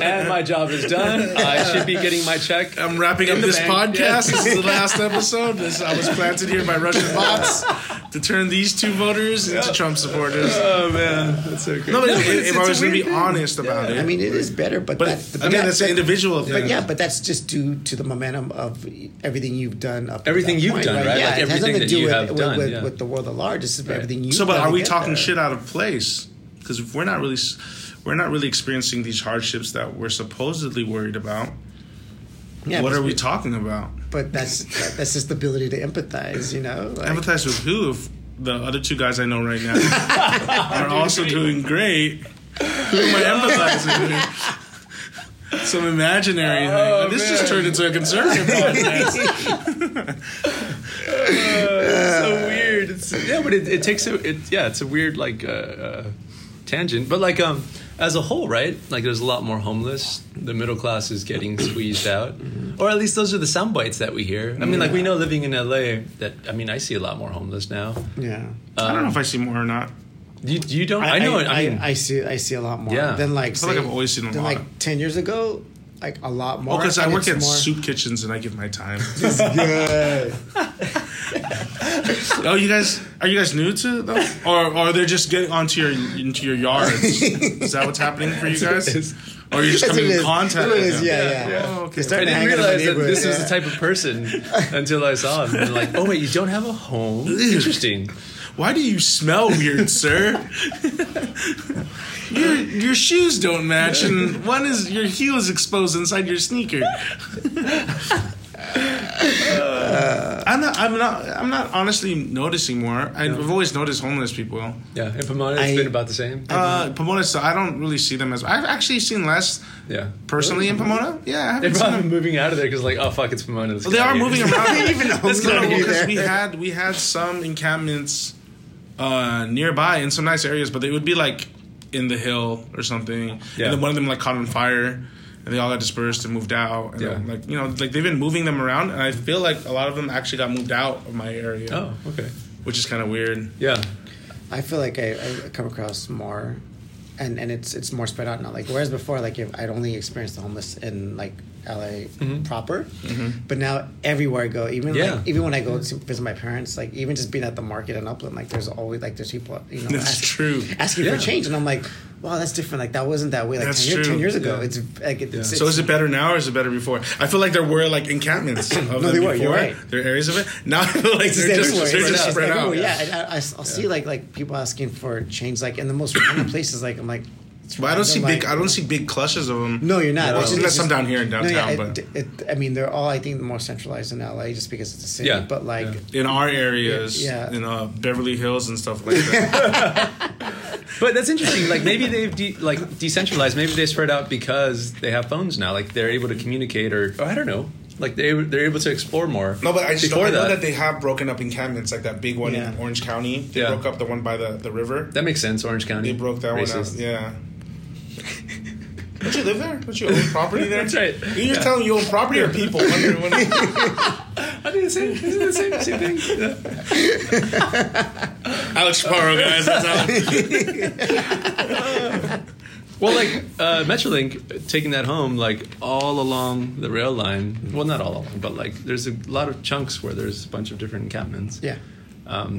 [SPEAKER 6] and my job is done. I should be getting my check.
[SPEAKER 2] I'm wrapping up
[SPEAKER 6] the
[SPEAKER 2] this
[SPEAKER 6] bank,
[SPEAKER 2] podcast.
[SPEAKER 6] yeah.
[SPEAKER 2] This is the last episode. This, I was planted here by Russian bots to turn these two voters into Trump supporters.
[SPEAKER 6] Oh man, that's so great.
[SPEAKER 2] No, but if-
[SPEAKER 6] it's-
[SPEAKER 2] if
[SPEAKER 6] it's
[SPEAKER 2] I
[SPEAKER 6] a
[SPEAKER 2] was going to
[SPEAKER 6] weird
[SPEAKER 2] be
[SPEAKER 6] thing.
[SPEAKER 2] honest about it,
[SPEAKER 3] I mean, it is better, but,
[SPEAKER 2] but
[SPEAKER 3] that, but
[SPEAKER 2] again,
[SPEAKER 3] that-
[SPEAKER 2] that's an individual
[SPEAKER 3] But
[SPEAKER 2] thing.
[SPEAKER 3] yeah, but that's just due to the momentum of everything you've done up. to
[SPEAKER 6] Everything
[SPEAKER 3] that
[SPEAKER 6] you've
[SPEAKER 3] point,
[SPEAKER 6] done, right?
[SPEAKER 3] Yeah,
[SPEAKER 6] Like
[SPEAKER 3] it has
[SPEAKER 6] everything
[SPEAKER 3] nothing to
[SPEAKER 6] that
[SPEAKER 3] do
[SPEAKER 6] you
[SPEAKER 3] with,
[SPEAKER 6] have
[SPEAKER 3] with,
[SPEAKER 6] done,
[SPEAKER 3] with,
[SPEAKER 6] yeah.
[SPEAKER 3] with the world at large. This is
[SPEAKER 6] Right.
[SPEAKER 3] everything you.
[SPEAKER 2] So, but are we talking shit out of place? Because if we're not really, s- we're not really experiencing these hardships that we're supposedly worried about.
[SPEAKER 3] Yeah,
[SPEAKER 2] what
[SPEAKER 3] but-
[SPEAKER 2] are we talking about?
[SPEAKER 3] But that's that, that's just the ability to empathize, you know. Like,
[SPEAKER 2] Empathize with who? If the other two guys I know right now are also doing great, who am I empathizing with? Some imaginary
[SPEAKER 6] Oh,
[SPEAKER 2] thing. This
[SPEAKER 6] man.
[SPEAKER 2] just turned into a conservative podcast.
[SPEAKER 6] so weird. It's, yeah, but it, it takes a it, yeah, it's a weird like uh, uh, tangent. But like um, as a whole, right? Like there's a lot more homeless. The middle class is getting squeezed out,
[SPEAKER 2] Mm-hmm.
[SPEAKER 6] or at least those are the sound bites that we hear. I mean, like we know living in LA that I mean I see a lot more homeless now.
[SPEAKER 3] yeah,
[SPEAKER 2] I don't know if I see more or not.
[SPEAKER 6] You you don't I, know it. I, mean.
[SPEAKER 3] I, see I see a lot more.
[SPEAKER 6] Yeah.
[SPEAKER 3] than like
[SPEAKER 2] I feel like
[SPEAKER 3] say-
[SPEAKER 2] I've always seen a
[SPEAKER 3] than
[SPEAKER 2] lot.
[SPEAKER 3] like ten years ago, like a lot more.
[SPEAKER 2] Oh, because I
[SPEAKER 3] and
[SPEAKER 2] work
[SPEAKER 3] it's
[SPEAKER 2] at
[SPEAKER 3] more-
[SPEAKER 2] soup kitchens and I give my time.
[SPEAKER 3] Yeah.
[SPEAKER 2] oh, you guys are you guys new to them, or or they're just getting onto your into your yards? Is that what's happening for you guys? Or you're just
[SPEAKER 3] That's what
[SPEAKER 2] coming
[SPEAKER 3] it
[SPEAKER 2] in
[SPEAKER 3] is.
[SPEAKER 2] contact
[SPEAKER 3] That's what it
[SPEAKER 2] with
[SPEAKER 3] is.
[SPEAKER 2] them?
[SPEAKER 3] Yeah, yeah.
[SPEAKER 2] Oh, okay.
[SPEAKER 3] They
[SPEAKER 6] I
[SPEAKER 3] start
[SPEAKER 6] didn't
[SPEAKER 3] hanging out in
[SPEAKER 6] realize
[SPEAKER 3] the
[SPEAKER 6] that this was
[SPEAKER 3] neighborhood,
[SPEAKER 6] the type of person until I saw him. And like, oh wait, you don't have a home? Interesting.
[SPEAKER 2] Why do you smell weird, sir? your your shoes don't match, and one is your heel is exposed inside your sneaker. Uh, I'm not. I'm not. I'm not honestly noticing more. I've always noticed homeless people.
[SPEAKER 6] Yeah, in Pomona, it's
[SPEAKER 3] I-
[SPEAKER 6] been about the same.
[SPEAKER 2] Uh, Pomona, so I don't really see them as. I've actually seen less
[SPEAKER 6] yeah.
[SPEAKER 2] personally in Pomona. Yeah, I
[SPEAKER 6] They're
[SPEAKER 2] haven't seen
[SPEAKER 6] probably
[SPEAKER 2] them.
[SPEAKER 6] moving out of there because, like, oh fuck, it's Pomona. Let's
[SPEAKER 2] Well, they
[SPEAKER 6] get out
[SPEAKER 2] are
[SPEAKER 6] of here.
[SPEAKER 2] moving around.
[SPEAKER 3] even know
[SPEAKER 2] That's
[SPEAKER 3] who's gonna
[SPEAKER 2] good
[SPEAKER 3] be
[SPEAKER 2] because
[SPEAKER 3] there.
[SPEAKER 2] we had we had some encampments uh, nearby in some nice areas, but they would be like in the hill or something,
[SPEAKER 6] Yeah.
[SPEAKER 2] and then one of them like caught on fire, and they all got dispersed and moved out. And
[SPEAKER 6] Yeah.
[SPEAKER 2] then, like you know, like they've been moving them around, and I feel like a lot of them actually got moved out of my area,
[SPEAKER 6] Oh, okay.
[SPEAKER 2] which is kind of weird.
[SPEAKER 6] Yeah.
[SPEAKER 3] I feel like I, I come across more, and and it's it's more spread out now. Like whereas before, like if I'd only experienced the homeless in like LA
[SPEAKER 2] Mm-hmm.
[SPEAKER 3] proper, but now everywhere I go, even
[SPEAKER 6] Yeah.
[SPEAKER 3] like even when I go to visit my parents, like even just being at the market in Upland, like there's always like there's people you know
[SPEAKER 2] That's
[SPEAKER 3] asking,
[SPEAKER 2] true.
[SPEAKER 3] asking
[SPEAKER 6] Yeah.
[SPEAKER 3] for change, and I'm like, wow, that's different. Like that wasn't that way. Like
[SPEAKER 2] That's
[SPEAKER 3] 10, years,
[SPEAKER 2] true.
[SPEAKER 3] ten years ago,
[SPEAKER 6] Yeah.
[SPEAKER 3] it's like it's, it's
[SPEAKER 2] So is it better now or is it better before? I feel like there were like encampments of them
[SPEAKER 3] they
[SPEAKER 2] before.
[SPEAKER 3] were, you're right.
[SPEAKER 2] There are areas of it. Now I feel like
[SPEAKER 3] It's
[SPEAKER 2] they're just,
[SPEAKER 3] everywhere.
[SPEAKER 2] they're
[SPEAKER 3] It's
[SPEAKER 2] just
[SPEAKER 3] just
[SPEAKER 2] spread out.
[SPEAKER 3] everywhere. Yeah, I, I, I will see like like people asking for change, like in the most random places. Like I'm like, it's
[SPEAKER 2] But I don't
[SPEAKER 3] random,
[SPEAKER 2] see
[SPEAKER 3] like-
[SPEAKER 2] big. I don't see big clutches of them.
[SPEAKER 3] No, you're not.
[SPEAKER 2] Well,
[SPEAKER 3] It's just-
[SPEAKER 2] unless
[SPEAKER 3] it's
[SPEAKER 2] I'm
[SPEAKER 3] just-
[SPEAKER 2] down here in
[SPEAKER 3] No,
[SPEAKER 2] downtown,
[SPEAKER 3] yeah,
[SPEAKER 2] but
[SPEAKER 3] it, it, I mean, they're all I think more centralized in LA just because it's a city.
[SPEAKER 6] Yeah,
[SPEAKER 3] But like,
[SPEAKER 6] yeah.
[SPEAKER 2] in our areas,
[SPEAKER 3] Yeah, yeah.
[SPEAKER 2] in uh, Beverly Hills and stuff like that.
[SPEAKER 6] But that's interesting. Like, maybe they've de- like decentralized. Maybe they spread out because they have phones now. Like, they're able to communicate, or, or I don't know. Like, they they're able to explore more.
[SPEAKER 2] no, but I just
[SPEAKER 6] before
[SPEAKER 2] I know
[SPEAKER 6] that,
[SPEAKER 2] that. they have broken up encampments, like that big one
[SPEAKER 3] Yeah.
[SPEAKER 2] in Orange County. They
[SPEAKER 6] Yeah.
[SPEAKER 2] broke up the one by the, the river.
[SPEAKER 6] that makes sense. Orange County.
[SPEAKER 2] They broke that one
[SPEAKER 6] Racist.
[SPEAKER 2] up. Yeah. Don't you live there? Don't you own property there?
[SPEAKER 6] That's right.
[SPEAKER 2] You're just telling me you own property or people? Wonder- wonder-
[SPEAKER 6] I did the same. Isn't the same, same thing? Yeah.
[SPEAKER 2] Alex Chaparro, guys. That's Alex.
[SPEAKER 6] Well, like uh, MetroLink uh, taking that home, like all along the rail line. Well, not all along, but like there's a lot of chunks where there's a bunch of different encampments.
[SPEAKER 3] yeah,
[SPEAKER 6] um,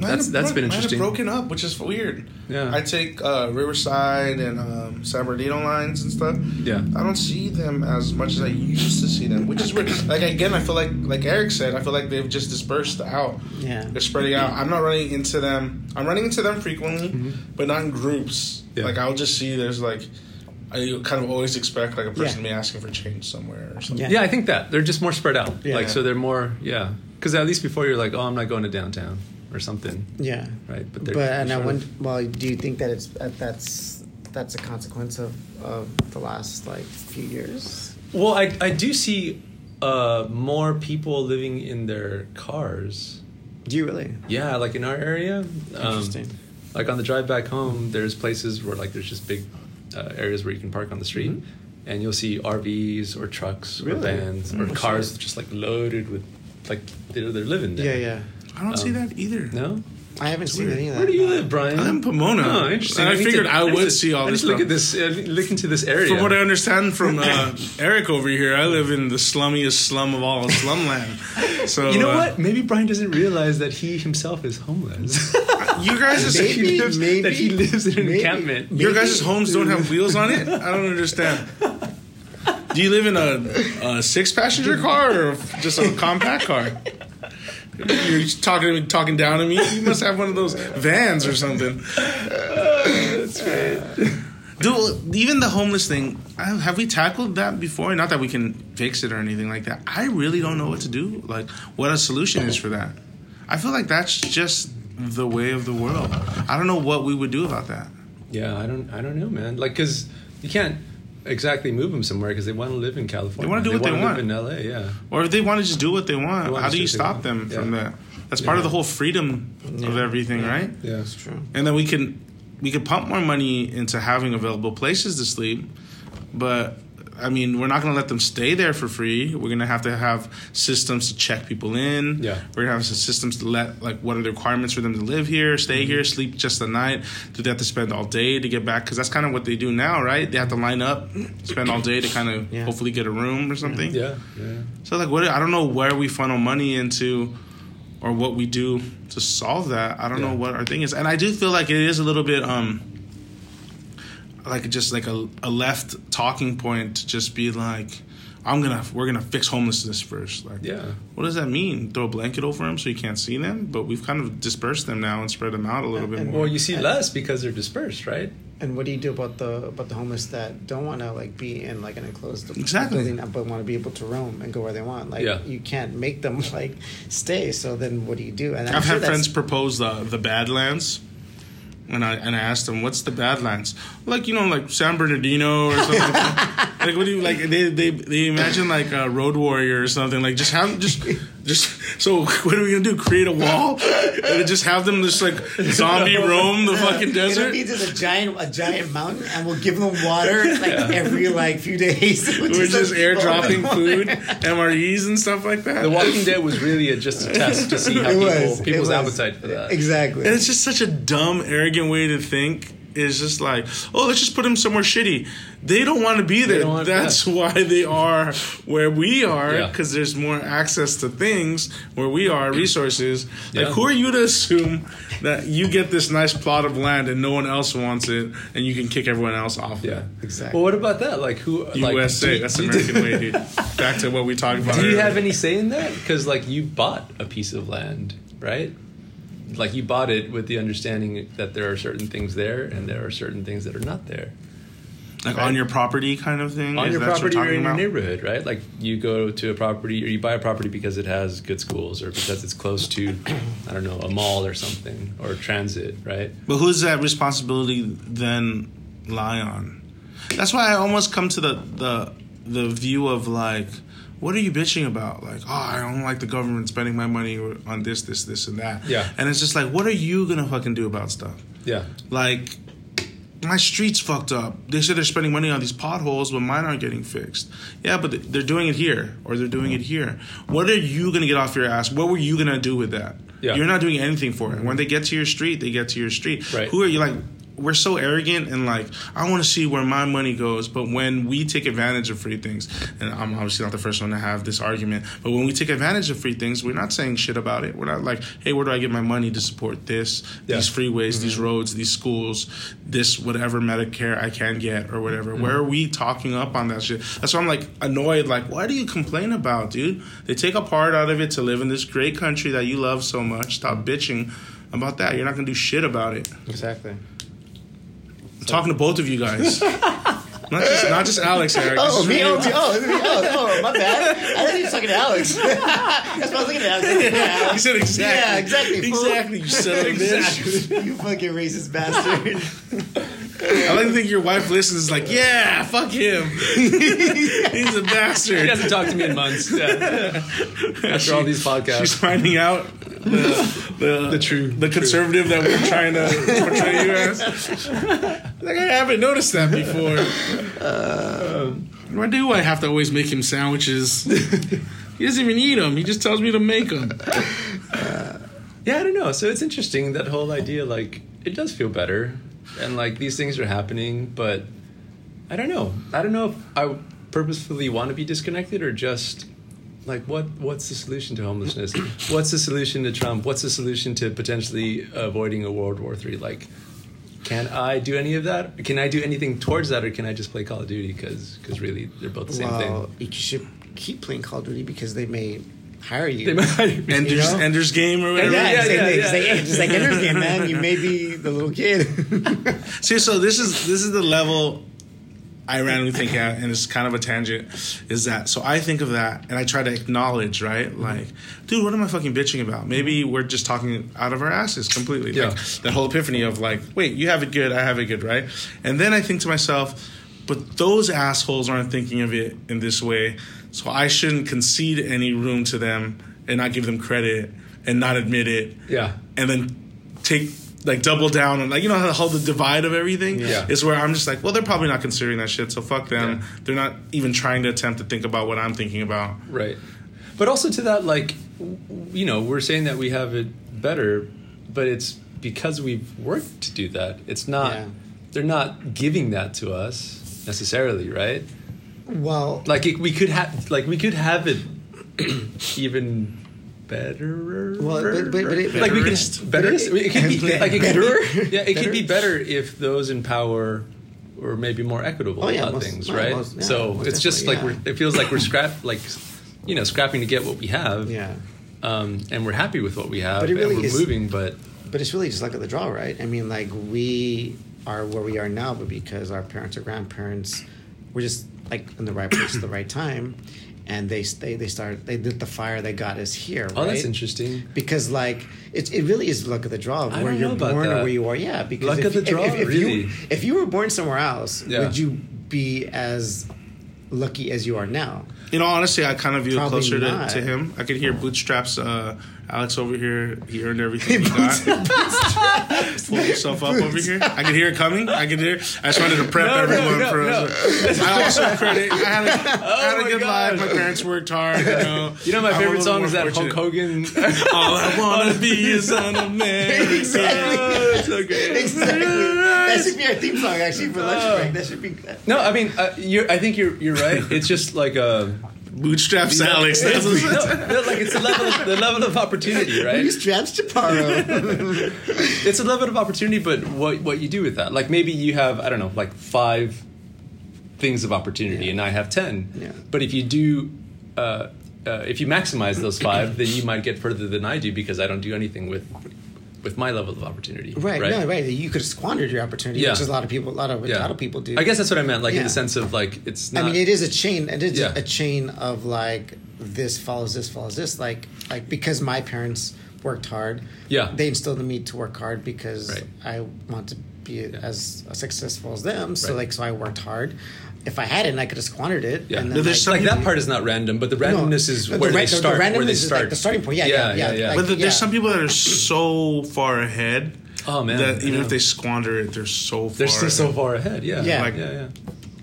[SPEAKER 2] Mine
[SPEAKER 6] that's
[SPEAKER 2] have
[SPEAKER 6] that's
[SPEAKER 2] broke-
[SPEAKER 6] been
[SPEAKER 2] mine have
[SPEAKER 6] interesting.
[SPEAKER 2] broken up, which is weird.
[SPEAKER 6] Yeah.
[SPEAKER 2] I take uh, Riverside and um, San Bernardino lines and stuff.
[SPEAKER 6] Yeah.
[SPEAKER 2] I don't see them as much as I used to see them, which is weird. Like again, I feel like like Eric said, I feel like they've just dispersed out.
[SPEAKER 3] Yeah.
[SPEAKER 2] They're spreading out. I'm not running into them. I'm running into them frequently, but not in groups.
[SPEAKER 6] Mm-hmm. Yeah.
[SPEAKER 2] Like I'll just see there's like I kind of always expect like a person to be asking for change somewhere or something.
[SPEAKER 6] Yeah. I think that they're just more spread out. Like so, they're more yeah. Because at least before you're like, oh, I'm not going to downtown or something,
[SPEAKER 3] Yeah.
[SPEAKER 6] right? But
[SPEAKER 3] But uh,
[SPEAKER 6] they're
[SPEAKER 3] and I
[SPEAKER 6] sort of-
[SPEAKER 3] wonder, well, do you think that it's that that's that's a consequence of of the last like few years?
[SPEAKER 6] Well, I I do see uh, more people living in their cars.
[SPEAKER 3] Do you really?
[SPEAKER 6] Yeah, like in our area.
[SPEAKER 3] Interesting.
[SPEAKER 6] Um, like on the drive back home, there's places where like there's just big uh, areas where you can park on the street, and you'll see RVs or trucks or
[SPEAKER 3] Mm-hmm. Really? Oh,
[SPEAKER 6] vans or cars just like loaded with like they're, they're living there.
[SPEAKER 3] Yeah, yeah.
[SPEAKER 2] I don't see
[SPEAKER 6] Um,
[SPEAKER 2] that either.
[SPEAKER 6] No.
[SPEAKER 3] I haven't seen
[SPEAKER 2] weird.
[SPEAKER 3] any of that.
[SPEAKER 6] Where do you
[SPEAKER 3] no.
[SPEAKER 6] live, Brian?
[SPEAKER 2] I'm in Pomona.
[SPEAKER 6] Oh, interesting.
[SPEAKER 2] And I
[SPEAKER 6] need
[SPEAKER 2] figured I
[SPEAKER 6] need
[SPEAKER 2] would
[SPEAKER 6] to-
[SPEAKER 2] see all
[SPEAKER 6] I need
[SPEAKER 2] this
[SPEAKER 6] to Look
[SPEAKER 2] stuff.
[SPEAKER 6] at this. I need to Look into this area.
[SPEAKER 2] From what I understand from uh, Eric over here, I live in the slummiest slum of all of slumland. So
[SPEAKER 6] you know
[SPEAKER 2] uh,
[SPEAKER 6] what? Maybe Brian doesn't realize that he himself is homeless.
[SPEAKER 2] You guys just
[SPEAKER 6] that he lives,
[SPEAKER 3] maybe,
[SPEAKER 6] that he lives in an
[SPEAKER 3] maybe.
[SPEAKER 6] encampment.
[SPEAKER 2] Your guys' homes don't have wheels on it? I don't understand. Do you live in a, a six passenger car or just a compact car? You're talking to me, talking down to me. You must have one of those vans or something. Dude, even the homeless thing, I- have we tackled that before? Not that we can fix it or anything like that. I really don't know what to do, like, what a solution is for that. I feel like that's just the way of the world. I don't know what we would do about that.
[SPEAKER 6] Yeah, I don't, I don't know, man. Like, cause you can't exactly move them somewhere because they want to live in California.
[SPEAKER 2] wanna do what they
[SPEAKER 6] wanna Live in LA, yeah.
[SPEAKER 2] Or if they want to just do what they want,
[SPEAKER 6] They want
[SPEAKER 2] how
[SPEAKER 6] to
[SPEAKER 2] do you
[SPEAKER 6] just do
[SPEAKER 2] stop
[SPEAKER 6] what they
[SPEAKER 2] them
[SPEAKER 6] want.
[SPEAKER 2] from
[SPEAKER 6] Yeah.
[SPEAKER 2] that? That's part of the whole freedom of everything, right?
[SPEAKER 6] Yeah,
[SPEAKER 3] That's true.
[SPEAKER 2] And then we can we can pump more money into having available places to sleep, but I mean, we're not going to let them stay there for free. We're going to have to have systems to check people in.
[SPEAKER 6] Yeah.
[SPEAKER 2] We're going to have some systems to let like what are the requirements for them to live here,
[SPEAKER 6] Mm-hmm.
[SPEAKER 2] stay here, sleep just the night. Do they have to spend all day to get back? Because that's kind of what they do now, right? They have to line up, spend all day to kind of
[SPEAKER 3] Yeah.
[SPEAKER 2] hopefully get a room or something.
[SPEAKER 6] yeah, yeah.
[SPEAKER 2] So like, what I don't know where we funnel money into, or what we do to solve that. I don't
[SPEAKER 6] Yeah.
[SPEAKER 2] know what our thing is, and I do feel like it is a little bit um, like just like a, a left talking point to just be like, I'm gonna we're gonna fix homelessness first. Like,
[SPEAKER 6] Yeah.
[SPEAKER 2] what does that mean? Throw a blanket over them so you can't see them, but we've kind of dispersed them now and spread them out a little bit
[SPEAKER 3] And-
[SPEAKER 2] more.
[SPEAKER 6] Well, you see less because they're dispersed, right?
[SPEAKER 3] And what do you do about the about the homeless that don't want to like be in like an enclosed
[SPEAKER 2] Exactly.
[SPEAKER 3] building, but want to be able to roam and go where they want? Like
[SPEAKER 6] Yeah.
[SPEAKER 3] you can't make them like stay. So then what do you do? And I'm
[SPEAKER 2] I've
[SPEAKER 3] sure
[SPEAKER 2] had
[SPEAKER 3] that's-
[SPEAKER 2] friends propose the the Badlands, and I and I asked them, "What's the Badlands?" Like you know, like San Bernardino or something. like what do you like? They they they imagine like a road warrior or something. Like just have just just. So what are we gonna do? Create a wall and just have them just like zombie roam the fucking
[SPEAKER 3] It'll
[SPEAKER 2] desert?
[SPEAKER 3] be just a giant, a giant mountain, and we'll give them water like every like few days. Which
[SPEAKER 2] We're
[SPEAKER 3] is
[SPEAKER 2] just
[SPEAKER 3] a-
[SPEAKER 2] airdropping food, MREs and stuff like that.
[SPEAKER 6] The Walking Dead was really a, just a test to see how
[SPEAKER 3] It
[SPEAKER 6] people,
[SPEAKER 3] was, it
[SPEAKER 6] people's
[SPEAKER 3] was.
[SPEAKER 6] appetite for that.
[SPEAKER 3] Exactly.
[SPEAKER 2] And it's just such a dumb, arrogant way to think. It's just like, oh, let's just put them somewhere shitty. They don't want to be there.
[SPEAKER 6] don't want-
[SPEAKER 2] That's why they are where we are,
[SPEAKER 6] Yeah.
[SPEAKER 2] because there's more access to things where we are, resources. Like,
[SPEAKER 6] Yeah.
[SPEAKER 2] who are you to assume that you get this nice plot of land and no one else wants it, and you can kick everyone else off?
[SPEAKER 6] Yeah,
[SPEAKER 3] Exactly.
[SPEAKER 6] Well, what about that? Like who? like,
[SPEAKER 2] USA,
[SPEAKER 6] do-
[SPEAKER 2] that's
[SPEAKER 6] do-
[SPEAKER 2] American way, dude. Back to what we talked about.
[SPEAKER 6] Do you
[SPEAKER 2] earlier.
[SPEAKER 6] have any say in that? Because like you bought a piece of land, right? Like you bought it with the understanding that there are certain things there and there are certain things that are not there
[SPEAKER 2] like on your property kind of thing?
[SPEAKER 6] on
[SPEAKER 2] Is
[SPEAKER 6] your
[SPEAKER 2] that what
[SPEAKER 6] property
[SPEAKER 2] you're
[SPEAKER 6] or in
[SPEAKER 2] talking
[SPEAKER 6] your
[SPEAKER 2] about?
[SPEAKER 6] neighborhood, right? Like you go to a property or you buy a property because it has good schools or because it's close to, I don't know, a mall or something or transit, right?
[SPEAKER 2] But who's that responsibility then lie on? That's why I almost come to the the the view of like, what are you bitching about? Like, oh, I don't like the government spending my money on this, this, this, and that.
[SPEAKER 6] Yeah.
[SPEAKER 2] And it's just like, what are you gonna fucking do about stuff?
[SPEAKER 6] Yeah,
[SPEAKER 2] Like, my streets fucked up. They said they're spending money on these potholes, but mine aren't getting fixed. Yeah, but th- they're doing it here, or they're doing it here. What are you gonna get off your ass? What were you gonna do with that?
[SPEAKER 6] Yeah.
[SPEAKER 2] You're not doing anything for it. When they get to your street, they get to your street.
[SPEAKER 6] Right.
[SPEAKER 2] Who are you like? We're so arrogant and like I want to see where my money goes, but when we take advantage of free things, and I'm obviously not the first one to have this argument, but when we take advantage of free things, we're not saying shit about it. We're not like, hey, where do I get my money to support this,
[SPEAKER 6] Yeah. Mm-hmm.
[SPEAKER 2] these freeways, these roads, these schools, this whatever Medicare I can get or whatever.
[SPEAKER 6] Mm-hmm.
[SPEAKER 2] Where are we talking up on that shit? That's why I'm like annoyed. Like, why do you complain about, dude? They take a part out of it to live in this great country that you love so much. Stop bitching about that. You're not gonna do shit about it.
[SPEAKER 3] exactly.
[SPEAKER 2] I'm talking to both of you guys. Not just not just Alex, Eric.
[SPEAKER 3] Oh,
[SPEAKER 2] This is
[SPEAKER 3] me?
[SPEAKER 2] really-
[SPEAKER 3] Oh, me- oh, it's me. Oh, oh, my bad. I thought you were talking to Alex. That's why I was looking at Alex. Yeah,
[SPEAKER 2] You said exactly.
[SPEAKER 3] Yeah, exactly, fool.
[SPEAKER 2] Exactly. You said exactly.
[SPEAKER 3] You fucking racist bastard.
[SPEAKER 2] I like to think your wife listens. Is like, yeah, fuck him. He's a
[SPEAKER 6] He
[SPEAKER 2] bastard.
[SPEAKER 6] hasn't talked to me in months. Yeah. After all these podcasts.
[SPEAKER 2] She's finding out the the,
[SPEAKER 6] The true-
[SPEAKER 2] the
[SPEAKER 6] true.
[SPEAKER 2] conservative that we're trying to portray you as. Like I haven't noticed that before. Why do I have to always make him sandwiches? he doesn't even eat them. He just tells me to make them.
[SPEAKER 6] Yeah, I don't know. So it's interesting that whole idea. Like, it does feel better, and like these things are happening, but I don't know. I don't know if I purposefully want to be disconnected or just like what what's the solution to homelessness? what's the solution to Trump? What's the solution to potentially avoiding a World War Three? Like, can I do any of that? Can I do anything towards that, or can I just play Call of Duty? Because really, they're both the same
[SPEAKER 3] well,
[SPEAKER 6] thing.
[SPEAKER 3] you should keep playing Call of Duty because they may hire you.
[SPEAKER 6] They might-
[SPEAKER 2] Ender's,
[SPEAKER 3] You know?
[SPEAKER 2] Ender's Game or whatever.
[SPEAKER 3] yeah,
[SPEAKER 6] Yeah,
[SPEAKER 3] yeah,
[SPEAKER 6] yeah,
[SPEAKER 3] yeah,
[SPEAKER 6] yeah.
[SPEAKER 3] Just like Ender's Game, man. You may be the little kid.
[SPEAKER 2] See, so this is this is the level I randomly think at, and it's kind of a tangent. Is that so? I think of that, and I try to acknowledge, right?
[SPEAKER 6] Mm-hmm.
[SPEAKER 2] Like, dude, what am I fucking bitching about? Maybe we're just talking out of our asses completely. Like,
[SPEAKER 6] Yeah.
[SPEAKER 2] that whole epiphany of like, wait, you have it good, I have it good, right? And then I think to myself, but those assholes aren't thinking of it in this way, so I shouldn't concede any room to them and not give them credit and not admit it
[SPEAKER 6] yeah.
[SPEAKER 2] and then take like double down and like you know how the whole the divide of everything
[SPEAKER 6] Yeah.
[SPEAKER 2] is where I'm just like, well, they're probably not considering that shit, so fuck them.
[SPEAKER 6] Yeah.
[SPEAKER 2] They're not even trying to attempt to think about what I'm thinking about.
[SPEAKER 6] Right. But also to that, like, w- w- you know, we're saying that we have it better, but it's because we've worked to do that. It's not,
[SPEAKER 3] Yeah.
[SPEAKER 6] they're not giving that to us necessarily, right?
[SPEAKER 3] well,
[SPEAKER 6] Like, it, we could have, like, we could have it even better.
[SPEAKER 3] Well, but- but- but it-
[SPEAKER 6] like, we could,
[SPEAKER 2] Betterist?
[SPEAKER 6] better, it could be,
[SPEAKER 3] Better-
[SPEAKER 6] like, it could
[SPEAKER 3] better?
[SPEAKER 6] be, yeah, it could be
[SPEAKER 3] Better?
[SPEAKER 6] better if those in power were maybe more equitable
[SPEAKER 3] Oh, yeah,
[SPEAKER 6] about
[SPEAKER 3] most-
[SPEAKER 6] things,
[SPEAKER 3] yeah,
[SPEAKER 6] right?
[SPEAKER 3] most- yeah,
[SPEAKER 6] so
[SPEAKER 3] most
[SPEAKER 6] it's just like
[SPEAKER 3] definitely,
[SPEAKER 6] we're, it feels like we're scrap, like, you know, scrapping to get what we have
[SPEAKER 3] yeah.
[SPEAKER 6] um, and we're happy with what we have,
[SPEAKER 3] But it really
[SPEAKER 6] and we're
[SPEAKER 3] is-
[SPEAKER 6] moving. But
[SPEAKER 3] But it's really just luck of the draw, right? I mean, like we are where we are now, but because our parents or grandparents were just like in the right place at the right time, and they they they started they lit the fire that got us here.
[SPEAKER 6] oh, that's
[SPEAKER 3] right?
[SPEAKER 6] interesting.
[SPEAKER 3] Because like it, it really is luck of the draw of
[SPEAKER 6] I
[SPEAKER 3] where
[SPEAKER 6] don't
[SPEAKER 3] you're
[SPEAKER 6] know about
[SPEAKER 3] born or
[SPEAKER 6] that.
[SPEAKER 3] where you are. Yeah, because
[SPEAKER 6] Luck
[SPEAKER 3] if,
[SPEAKER 6] of the
[SPEAKER 3] if-
[SPEAKER 6] draw,
[SPEAKER 3] if, if
[SPEAKER 6] really?
[SPEAKER 3] you if you were born somewhere else,
[SPEAKER 6] Yeah.
[SPEAKER 3] would you be as lucky as you are now?
[SPEAKER 2] In all honesty, I kind of view
[SPEAKER 3] Probably
[SPEAKER 2] it closer to,
[SPEAKER 3] not.
[SPEAKER 2] to him. I could hear bootstraps. Uh, Alex over here, he earned everything he got. Pulled himself up over here. I could hear it coming. I could hear. I just wanted to prep
[SPEAKER 6] No, no,
[SPEAKER 2] everyone
[SPEAKER 6] no,
[SPEAKER 2] for.
[SPEAKER 6] no. Oh
[SPEAKER 2] I also credit. I had a, I had
[SPEAKER 6] my
[SPEAKER 2] a good
[SPEAKER 6] God.
[SPEAKER 2] life. My parents worked hard. You know,
[SPEAKER 6] You know, my
[SPEAKER 2] I'm a
[SPEAKER 6] favorite
[SPEAKER 2] little
[SPEAKER 6] song
[SPEAKER 2] more
[SPEAKER 6] is that Hulk
[SPEAKER 2] fortunate.
[SPEAKER 6] Hogan.
[SPEAKER 2] All I wanna be is an American.
[SPEAKER 3] Exactly.
[SPEAKER 6] it's so great.
[SPEAKER 3] Exactly. That should be our theme song actually for lunch break. That should be good.
[SPEAKER 6] No, I mean, uh, you're, I think you're you're right. It's just like a
[SPEAKER 2] Bootstraps Alex. That's
[SPEAKER 6] no,
[SPEAKER 2] what
[SPEAKER 6] no, like it's the level of, the level of opportunity, right?
[SPEAKER 3] Who's Traps Chaparro?
[SPEAKER 6] It's a level of opportunity, but what what you do with that? Like maybe you have I don't know, like five things of opportunity,
[SPEAKER 3] Yeah.
[SPEAKER 6] and I have ten.
[SPEAKER 3] Yeah.
[SPEAKER 6] But if you do, uh, uh, if you maximize those five, then you might get further than I do because I don't do anything with with my level of opportunity.
[SPEAKER 3] right, no, right. You could have squandered your opportunity,
[SPEAKER 6] Yeah.
[SPEAKER 3] which is a lot of people, a lot of a lot of people do.
[SPEAKER 6] I guess that's what I meant, like in
[SPEAKER 3] Yeah.
[SPEAKER 6] the sense of like it's
[SPEAKER 3] I
[SPEAKER 6] not.
[SPEAKER 3] mean, it is a chain. It is
[SPEAKER 6] Yeah.
[SPEAKER 3] a chain of like this follows this follows this. Like like because my parents worked hard.
[SPEAKER 6] Yeah.
[SPEAKER 3] they instilled in me to work hard because
[SPEAKER 6] Right.
[SPEAKER 3] I want to be as successful as them. So
[SPEAKER 6] Right.
[SPEAKER 3] like so I worked hard. If I hadn't, I could have squandered it.
[SPEAKER 6] Yeah.
[SPEAKER 3] And
[SPEAKER 2] No,
[SPEAKER 3] then,
[SPEAKER 2] there's
[SPEAKER 3] like,
[SPEAKER 6] like that part is not random, but the randomness is
[SPEAKER 3] the
[SPEAKER 6] where
[SPEAKER 3] ra-
[SPEAKER 6] they
[SPEAKER 3] the- the
[SPEAKER 6] start. where they
[SPEAKER 3] randomness is, like,
[SPEAKER 6] start.
[SPEAKER 3] the starting point. Yeah, yeah, yeah, like-
[SPEAKER 2] But the,
[SPEAKER 3] Yeah.
[SPEAKER 2] there's some people that are so far ahead.
[SPEAKER 6] Oh, man.
[SPEAKER 2] That
[SPEAKER 6] I
[SPEAKER 2] even
[SPEAKER 6] know.
[SPEAKER 2] if they squander it, they're so far.
[SPEAKER 6] They're still so
[SPEAKER 2] ahead.
[SPEAKER 6] far ahead. Yeah.
[SPEAKER 3] Yeah.
[SPEAKER 6] Like, yeah. Yeah.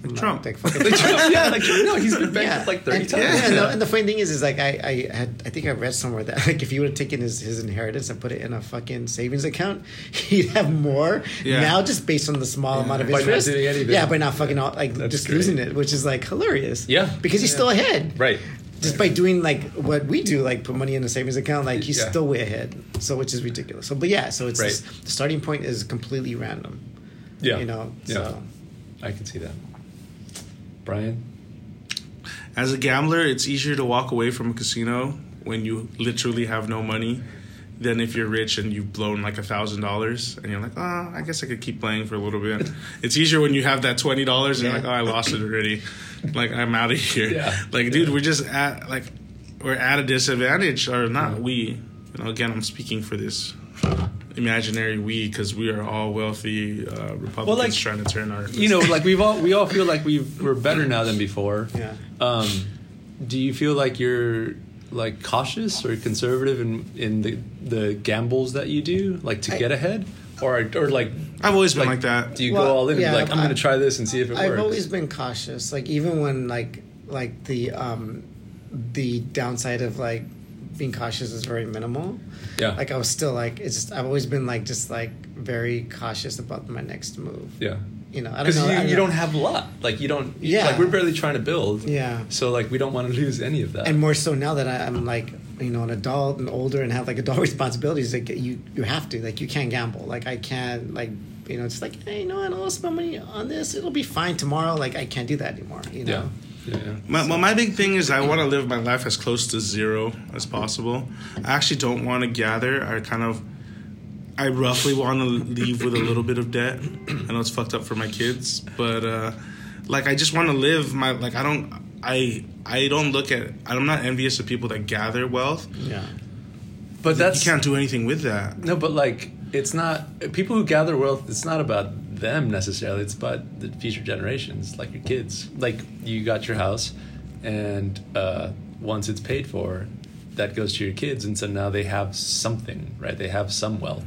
[SPEAKER 2] Like Trump.
[SPEAKER 3] like, fucking-
[SPEAKER 6] Like Trump, yeah, like Trump, no, he's been banked like thirty
[SPEAKER 3] and,
[SPEAKER 6] times.
[SPEAKER 3] Yeah, and the- and the funny thing is, is like I, I had, I think I read somewhere that like if you would have taken his, his inheritance and put it in a fucking savings account, he'd have more
[SPEAKER 2] Yeah.
[SPEAKER 3] now just based on the small amount of
[SPEAKER 6] By not
[SPEAKER 3] interest.
[SPEAKER 6] doing anything.
[SPEAKER 3] Yeah, by not fucking all, like
[SPEAKER 6] That's
[SPEAKER 3] just
[SPEAKER 6] great.
[SPEAKER 3] losing it, which is like hilarious.
[SPEAKER 6] Yeah.
[SPEAKER 3] because he's
[SPEAKER 6] Yeah.
[SPEAKER 3] still ahead.
[SPEAKER 6] Right.
[SPEAKER 3] Just by doing like what we do, like put money in a savings account, like he's
[SPEAKER 6] Yeah.
[SPEAKER 3] still way ahead. So which is ridiculous. So, but yeah, so it's
[SPEAKER 6] Right.
[SPEAKER 3] just- the starting point is completely random.
[SPEAKER 6] Yeah.
[SPEAKER 3] you know.
[SPEAKER 6] Yeah.
[SPEAKER 3] So
[SPEAKER 6] I can see that. Brian?
[SPEAKER 2] As a gambler, it's easier to walk away from a casino when you literally have no money than if you're rich and you've blown like a thousand dollars and you're like, oh, I guess I could keep playing for a little bit. it's easier when you have that twenty dollars and you're like, oh, I lost it already. like I'm out of here.
[SPEAKER 6] Yeah.
[SPEAKER 2] Like, dude, we're just at like we're at a disadvantage, or not we. You know, again, I'm speaking for this imaginary we because we are all wealthy uh, Republicans
[SPEAKER 6] like,
[SPEAKER 2] trying to turn our
[SPEAKER 6] you know, like we've all we all feel like we we're better now than before.
[SPEAKER 4] Yeah.
[SPEAKER 6] Um, do you feel like you're like cautious or conservative in in the the gambles that you do, like to get ahead, or or like
[SPEAKER 2] I've always been like, that.
[SPEAKER 6] do you
[SPEAKER 4] Well,
[SPEAKER 6] go all in? and
[SPEAKER 4] yeah,
[SPEAKER 6] be like I'm
[SPEAKER 4] I-
[SPEAKER 6] going to try this and see if it
[SPEAKER 4] I've
[SPEAKER 6] works.
[SPEAKER 4] always been cautious. Like even when like like the um the downside of like being cautious is very minimal.
[SPEAKER 6] Yeah.
[SPEAKER 4] Like I was still like it's just I've always been like just like very cautious about my next move.
[SPEAKER 6] yeah.
[SPEAKER 4] You know, I don't
[SPEAKER 6] Because
[SPEAKER 4] know.
[SPEAKER 6] you,
[SPEAKER 4] I
[SPEAKER 6] you don't have a lot, like you don't.
[SPEAKER 4] Yeah.
[SPEAKER 6] Like we're barely trying to build.
[SPEAKER 4] Yeah.
[SPEAKER 6] So like we don't want to lose any of that.
[SPEAKER 4] and more so now that I, I'm like you know an adult and older and have like adult responsibilities like you you have to like you can't gamble like I can't like you know it's like hey you know what I'll spend money on this it'll be fine tomorrow like I can't do that anymore you know
[SPEAKER 6] yeah. Yeah. yeah.
[SPEAKER 2] My, my, my big thing is I want to live my life as close to zero as possible. I actually don't want to gather. I kind of, I roughly want to leave with a little bit of debt. I know it's fucked up for my kids, but uh, like I just want to live my like I don't I I don't look at I'm not envious of people that gather wealth.
[SPEAKER 4] yeah
[SPEAKER 6] But that's
[SPEAKER 2] you can't do anything with that.
[SPEAKER 6] No, but like it's not people who gather wealth. It's not about them necessarily. It's about the future generations, like your kids. Like you got your house, and uh, once it's paid for, that goes to your kids, and so now they have something, right? They have some wealth.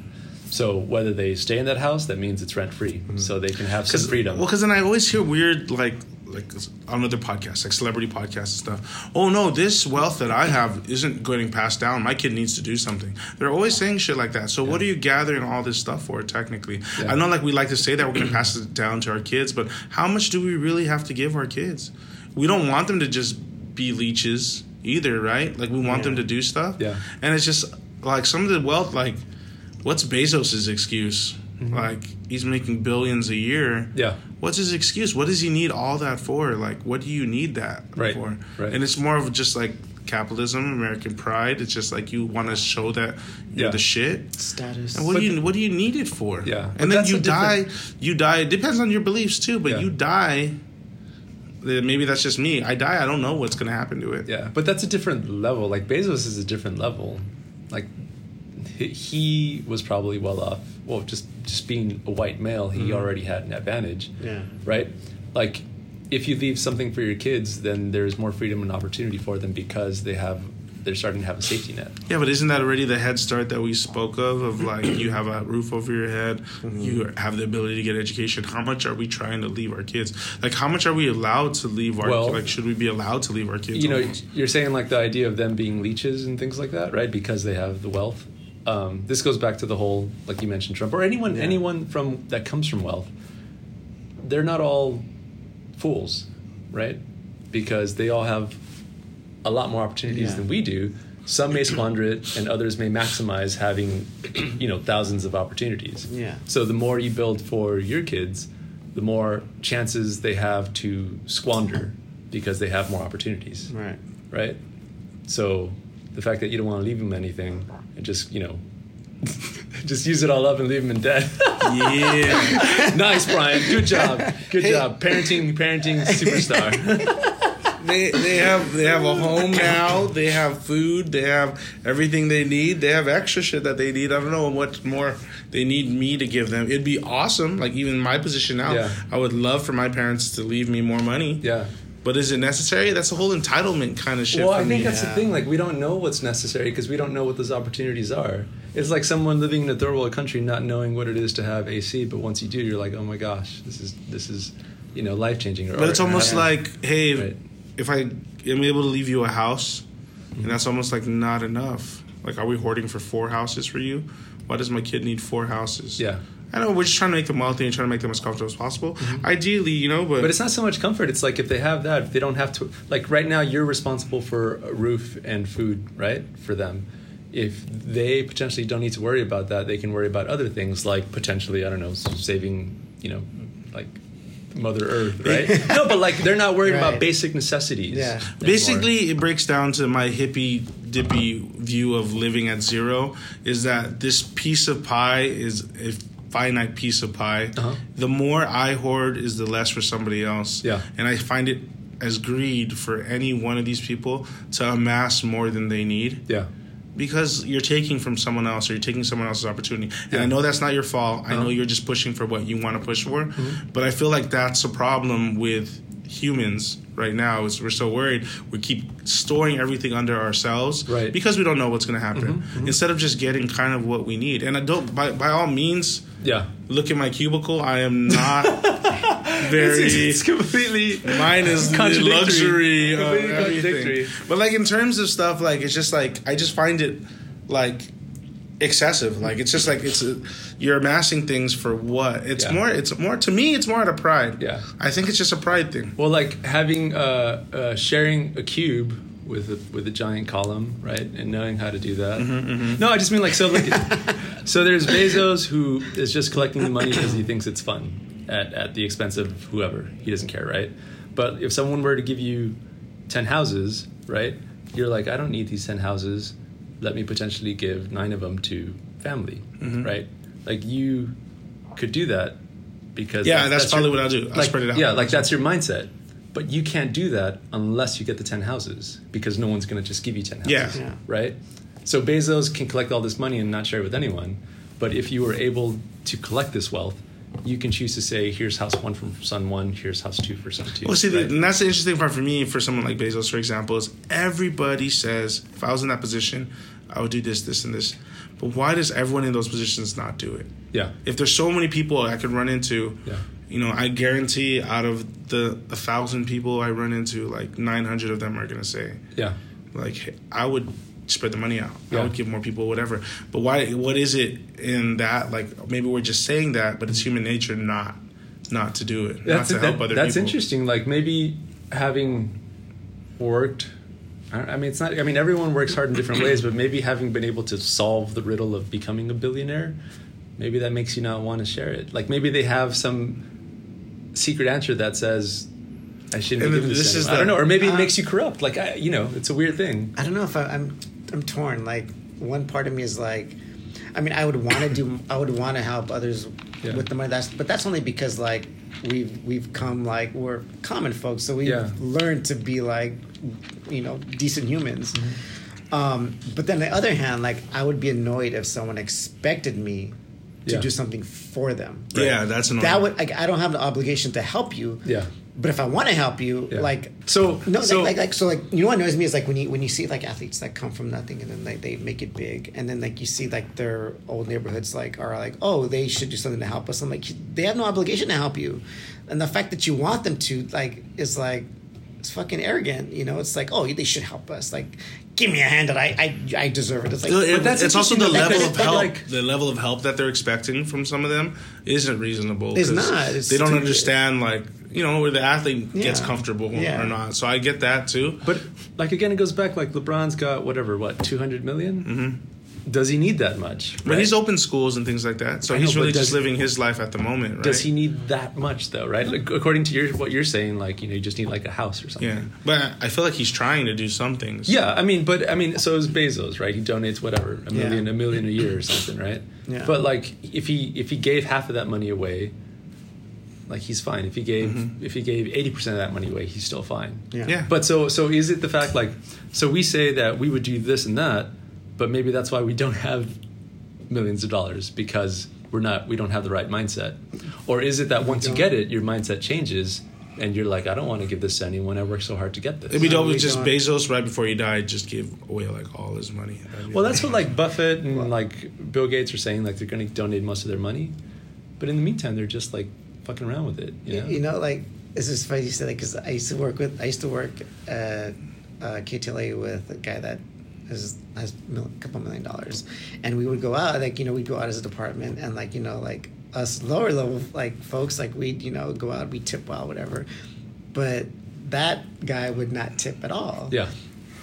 [SPEAKER 6] So whether they stay in that house, that means it's rent free, so they can have some freedom.
[SPEAKER 2] Well, Mm-hmm. because then I always hear weird like like on other podcasts, like celebrity podcasts and stuff. Oh no, this wealth that I have isn't getting passed down. My kid needs to do something. They're always saying shit like that. So what are you gathering all this stuff for? Technically,
[SPEAKER 6] Yeah.
[SPEAKER 2] I know like we like to say that we're going to pass it down to our kids, but how much do we really have to give our kids? We don't want them to just be leeches either, right? Like we want them to do stuff.
[SPEAKER 6] Yeah.
[SPEAKER 2] and it's just like some of the wealth, like what's Bezos's excuse? Like he's making billions a year.
[SPEAKER 6] Mm-hmm. Yeah.
[SPEAKER 2] What's his excuse? What does he need all that for? Like, what do you need that
[SPEAKER 6] Right,
[SPEAKER 2] for?
[SPEAKER 6] right.
[SPEAKER 2] And it's more of just like capitalism, American pride. It's just like you want to show that you're
[SPEAKER 6] Yeah.
[SPEAKER 2] the shit.
[SPEAKER 4] status
[SPEAKER 2] And what do you what do you need it for?
[SPEAKER 6] Yeah. But
[SPEAKER 2] And then
[SPEAKER 6] that's
[SPEAKER 2] you
[SPEAKER 6] a different-
[SPEAKER 2] die. You die. It depends on your beliefs too. But
[SPEAKER 6] Yeah.
[SPEAKER 2] you die. then Maybe that's just me. I die. I don't know what's gonna happen to it.
[SPEAKER 6] Yeah, but that's a different level. Like Bezos is a different level. Like he, he was probably well off. Well, just just being a white male, he already had an advantage.
[SPEAKER 4] Yeah.
[SPEAKER 6] Right. Like if you leave something for your kids, then there's more freedom and opportunity for them because they have they're starting to have a safety net.
[SPEAKER 2] Yeah, but isn't that already the head start that we spoke of? Of like, you have a roof over your head,
[SPEAKER 6] Mm-hmm.
[SPEAKER 2] you have the ability to get education. How much are we trying to leave our kids? Like, how much are we allowed to leave our?
[SPEAKER 6] Well-
[SPEAKER 2] like, should we be allowed to leave our kids?
[SPEAKER 6] you know,
[SPEAKER 2] alone?
[SPEAKER 6] you're saying like the idea of them being leeches and things like that, right? Because they have the wealth. Um, this goes back to the whole, like you mentioned, Trump or anyone, anyone from that comes from wealth. They're not all fools, right? Because they all have a lot more opportunities
[SPEAKER 4] Yeah.
[SPEAKER 6] than we do. Some may squander it, and others may maximize having, you know, thousands of opportunities.
[SPEAKER 4] Yeah.
[SPEAKER 6] So the more you build for your kids, the more chances they have to squander because they have more opportunities,
[SPEAKER 4] right
[SPEAKER 6] right? So the fact that you don't want to leave them anything and just, you know, just use it all up and leave them in debt.
[SPEAKER 2] yeah.
[SPEAKER 6] nice, Brian. Good job. Good job. Parenting, parenting superstar.
[SPEAKER 2] they they have they have a home now. They have food. They have everything they need. They have extra shit that they need. I don't know what more they need me to give them. It'd be awesome. Like even my position now,
[SPEAKER 6] Yeah.
[SPEAKER 2] I would love for my parents to leave me more money.
[SPEAKER 6] yeah.
[SPEAKER 2] But is it necessary? That's a whole entitlement kind of shit. for
[SPEAKER 6] Well, I think
[SPEAKER 2] me.
[SPEAKER 6] that's the thing. Like, we don't know what's necessary because we don't know what those opportunities are. It's like someone living in a third world country not knowing what it is to have AC, but once you do, you're like, oh my gosh, this is this is, you know, life changing.
[SPEAKER 2] But it's almost
[SPEAKER 4] Yeah.
[SPEAKER 2] like, hey,
[SPEAKER 6] Right.
[SPEAKER 2] if I am able to leave you a house, and that's almost like not enough. Like, are we hoarding for four houses for you? Why does my kid need four houses?
[SPEAKER 6] yeah.
[SPEAKER 2] I know we're just trying to make them wealthy and trying to make them as comfortable as possible. Ideally, you know, but,
[SPEAKER 6] Mm-hmm. But it's not so much comfort. It's like if they have that, if they don't have to. Like right now, you're responsible for a roof and food, right, for them. If they potentially don't need to worry about that, they can worry about other things like potentially, I don't know, saving, you know, like Mother Earth, right? no, but like they're not worried about
[SPEAKER 3] Right.
[SPEAKER 6] basic necessities.
[SPEAKER 3] Yeah.
[SPEAKER 6] anymore.
[SPEAKER 2] Basically, it breaks down to my hippy dippy view of living at zero is that this piece of pie is a finite piece of pie.
[SPEAKER 6] Uh-huh.
[SPEAKER 2] The more I hoard is the less for somebody else.
[SPEAKER 6] Yeah.
[SPEAKER 2] And I find it as greed for any one of these people to amass more than they need
[SPEAKER 6] yeah,
[SPEAKER 2] because you're taking from someone else or you're taking someone else's opportunity. And I
[SPEAKER 6] Yeah.
[SPEAKER 2] know that's not your fault. I
[SPEAKER 6] No. Mm-hmm.
[SPEAKER 2] know you're just pushing for what you want to push for. But I feel like that's a problem with humans right now is we're so worried we keep storing everything under ourselves
[SPEAKER 6] Right. Mm-hmm.
[SPEAKER 2] because we don't know what's going to happen instead of just getting kind of what we need and i don't by, by all means
[SPEAKER 6] yeah.
[SPEAKER 2] look in my cubicle i am not very
[SPEAKER 6] It's completely
[SPEAKER 2] Mine is the
[SPEAKER 6] Contradictory.
[SPEAKER 2] luxury of
[SPEAKER 6] Completely
[SPEAKER 2] everything.
[SPEAKER 6] contradictory.
[SPEAKER 2] But like in terms of stuff, like it's just like I just find it like excessive. Like it's just like it's a, you're amassing things for what? It's
[SPEAKER 6] Yeah.
[SPEAKER 2] more. It's more to me. It's more out of pride.
[SPEAKER 6] Yeah.
[SPEAKER 2] I think it's just a pride thing.
[SPEAKER 6] Well, like having uh, uh, sharing a cube with a, with a giant column, right, and knowing how to do that.
[SPEAKER 2] Mm-hmm,
[SPEAKER 6] No, I just mean like so. Like, so there's Bezos who is just collecting the money because he thinks it's fun at at the expense of whoever. He doesn't care, right? But if someone were to give you ten houses, right, you're like, I don't need these ten houses. Let me potentially give nine of them to family,
[SPEAKER 2] Mm-hmm.
[SPEAKER 6] right? Like you could do that because
[SPEAKER 2] Yeah, that's probably
[SPEAKER 6] your-
[SPEAKER 2] what I'll do. I'll
[SPEAKER 6] like,
[SPEAKER 2] spread it out.
[SPEAKER 6] Yeah, like that's your mindset. But you can't do that unless you get the 10 houses because no one's going to just give you 10 houses.
[SPEAKER 2] Yeah.
[SPEAKER 3] Yeah.
[SPEAKER 6] Right? So Bezos can collect all this money and not share it with anyone. But if you were able to collect this wealth, you can choose to say, here's house one from son one, here's house two for son two.
[SPEAKER 2] Well, see,
[SPEAKER 6] right?
[SPEAKER 2] the, and that's the interesting part for me, for someone like Bezos, for example, is everybody says, if I was in that position, I would do this, this, and this. But why does everyone in those positions not do it?
[SPEAKER 6] yeah.
[SPEAKER 2] if there's so many people I could run into,
[SPEAKER 6] Yeah.
[SPEAKER 2] you know, I guarantee out of the a thousand people I run into, like 900 of them are gonna say,
[SPEAKER 6] Yeah.
[SPEAKER 2] like, hey, I would spread the money out. I
[SPEAKER 6] Yeah.
[SPEAKER 2] would give more people whatever. But why? What is it in that? Like, maybe we're just saying that, but it's human nature not not to do it,
[SPEAKER 6] That's,
[SPEAKER 2] not to
[SPEAKER 6] that-
[SPEAKER 2] help other
[SPEAKER 6] that's
[SPEAKER 2] people.
[SPEAKER 6] interesting. Like maybe having worked. I I mean, it's not. I mean, everyone works hard in different ways, but maybe having been able to solve the riddle of becoming a billionaire, maybe that makes you not want to share it. Like maybe they have some secret answer that says, "I shouldn't."
[SPEAKER 2] And
[SPEAKER 6] be giving
[SPEAKER 2] this
[SPEAKER 6] this
[SPEAKER 2] is
[SPEAKER 6] is. I don't
[SPEAKER 2] the-
[SPEAKER 6] know, or maybe it
[SPEAKER 3] Uh,
[SPEAKER 6] makes you corrupt. Like I, you know, it's a weird thing.
[SPEAKER 3] I don't know if I, I'm I'm torn. Like one part of me is like, I mean, I would want to do, I would want to help others
[SPEAKER 6] Yeah.
[SPEAKER 3] with the money. That's but that's only because like we've we've come like we're common folks, so we've
[SPEAKER 6] Yeah.
[SPEAKER 3] learned to be like, you know, decent humans.
[SPEAKER 6] Mm-hmm.
[SPEAKER 3] Um, but then on the other hand, like I would be annoyed if someone expected me to
[SPEAKER 6] Yeah.
[SPEAKER 3] do something for them.
[SPEAKER 2] Yeah, that's annoying.
[SPEAKER 3] That would like I don't have the obligation to help you.
[SPEAKER 6] Yeah.
[SPEAKER 3] But if I want to help you,
[SPEAKER 6] Yeah.
[SPEAKER 3] like
[SPEAKER 6] So-
[SPEAKER 3] no,
[SPEAKER 6] so-
[SPEAKER 3] like, like like so like you know what annoys me is like when you when you see like athletes that come from nothing and then like they make it big and then like you see like their old neighborhoods like are like oh they should do something to help us. I'm like they have no obligation to help you, and the fact that you want them to like is like it's fucking arrogant. You know, it's like oh they should help us. Like give me a hand that I I, I deserve it. It's like
[SPEAKER 2] It-
[SPEAKER 6] But that's
[SPEAKER 2] it's also the
[SPEAKER 6] interesting
[SPEAKER 2] level
[SPEAKER 6] that- like,
[SPEAKER 2] of
[SPEAKER 6] but
[SPEAKER 2] help.
[SPEAKER 6] like-
[SPEAKER 2] the level of help that they're expecting from some of them isn't reasonable.
[SPEAKER 3] It's
[SPEAKER 2] 'cause
[SPEAKER 3] not. It's
[SPEAKER 2] they don't
[SPEAKER 3] stupid.
[SPEAKER 2] understand like you know where the athlete gets
[SPEAKER 3] Yeah.
[SPEAKER 2] comfortable
[SPEAKER 3] Yeah.
[SPEAKER 2] or not. So I get that too.
[SPEAKER 6] But like again, it goes back. Like LeBron's got whatever, what two hundred Mm-hmm. Does he need that much?
[SPEAKER 2] But he's open schools and things like that. So
[SPEAKER 6] I
[SPEAKER 2] he's
[SPEAKER 6] know, but
[SPEAKER 2] really just
[SPEAKER 6] does-
[SPEAKER 2] living his life at the moment, right?
[SPEAKER 6] Does he need that much though, right? Like, according to your what you're saying, like you know, you just need like a house or something.
[SPEAKER 2] Yeah. But I- I feel like he's trying to do some things.
[SPEAKER 6] Yeah, I mean, but I mean, so is Bezos, right? He donates whatever a million, a million a year or something, right?
[SPEAKER 3] Yeah.
[SPEAKER 6] But like, if he if he gave half of that money away, like he's fine. If he gave
[SPEAKER 2] Mm-hmm.
[SPEAKER 6] if he gave eighty percent of that money away, he's still fine.
[SPEAKER 2] Yeah.
[SPEAKER 6] But so so is it the fact like so we say that we would do this and that, but maybe that's why we don't have millions of dollars because we're not we don't have the right mindset. Or is it that once you get it, your mindset changes and you're like, I don't want to give this to anyone. I worked so hard to get this.
[SPEAKER 2] It'd be
[SPEAKER 3] No,
[SPEAKER 2] dope
[SPEAKER 3] we
[SPEAKER 2] if just
[SPEAKER 3] don't.
[SPEAKER 2] Bezos right before he died just gave away like all his money. That'd be
[SPEAKER 6] well,
[SPEAKER 2] like-
[SPEAKER 6] that's what like Buffett and like Bill Gates are saying, like they're going to donate most of their money, but in the meantime, they're just like fucking around with it. You know?
[SPEAKER 3] You know, like this is funny you said that because I used to work with I used to work at uh, KTLA with a guy that has has mil- a couple million dollars, and we would go out like you know we'd go out as a department and like you know like us lower level like folks like we'd you know go out we tip well whatever, but that guy would not tip at all
[SPEAKER 6] yeah.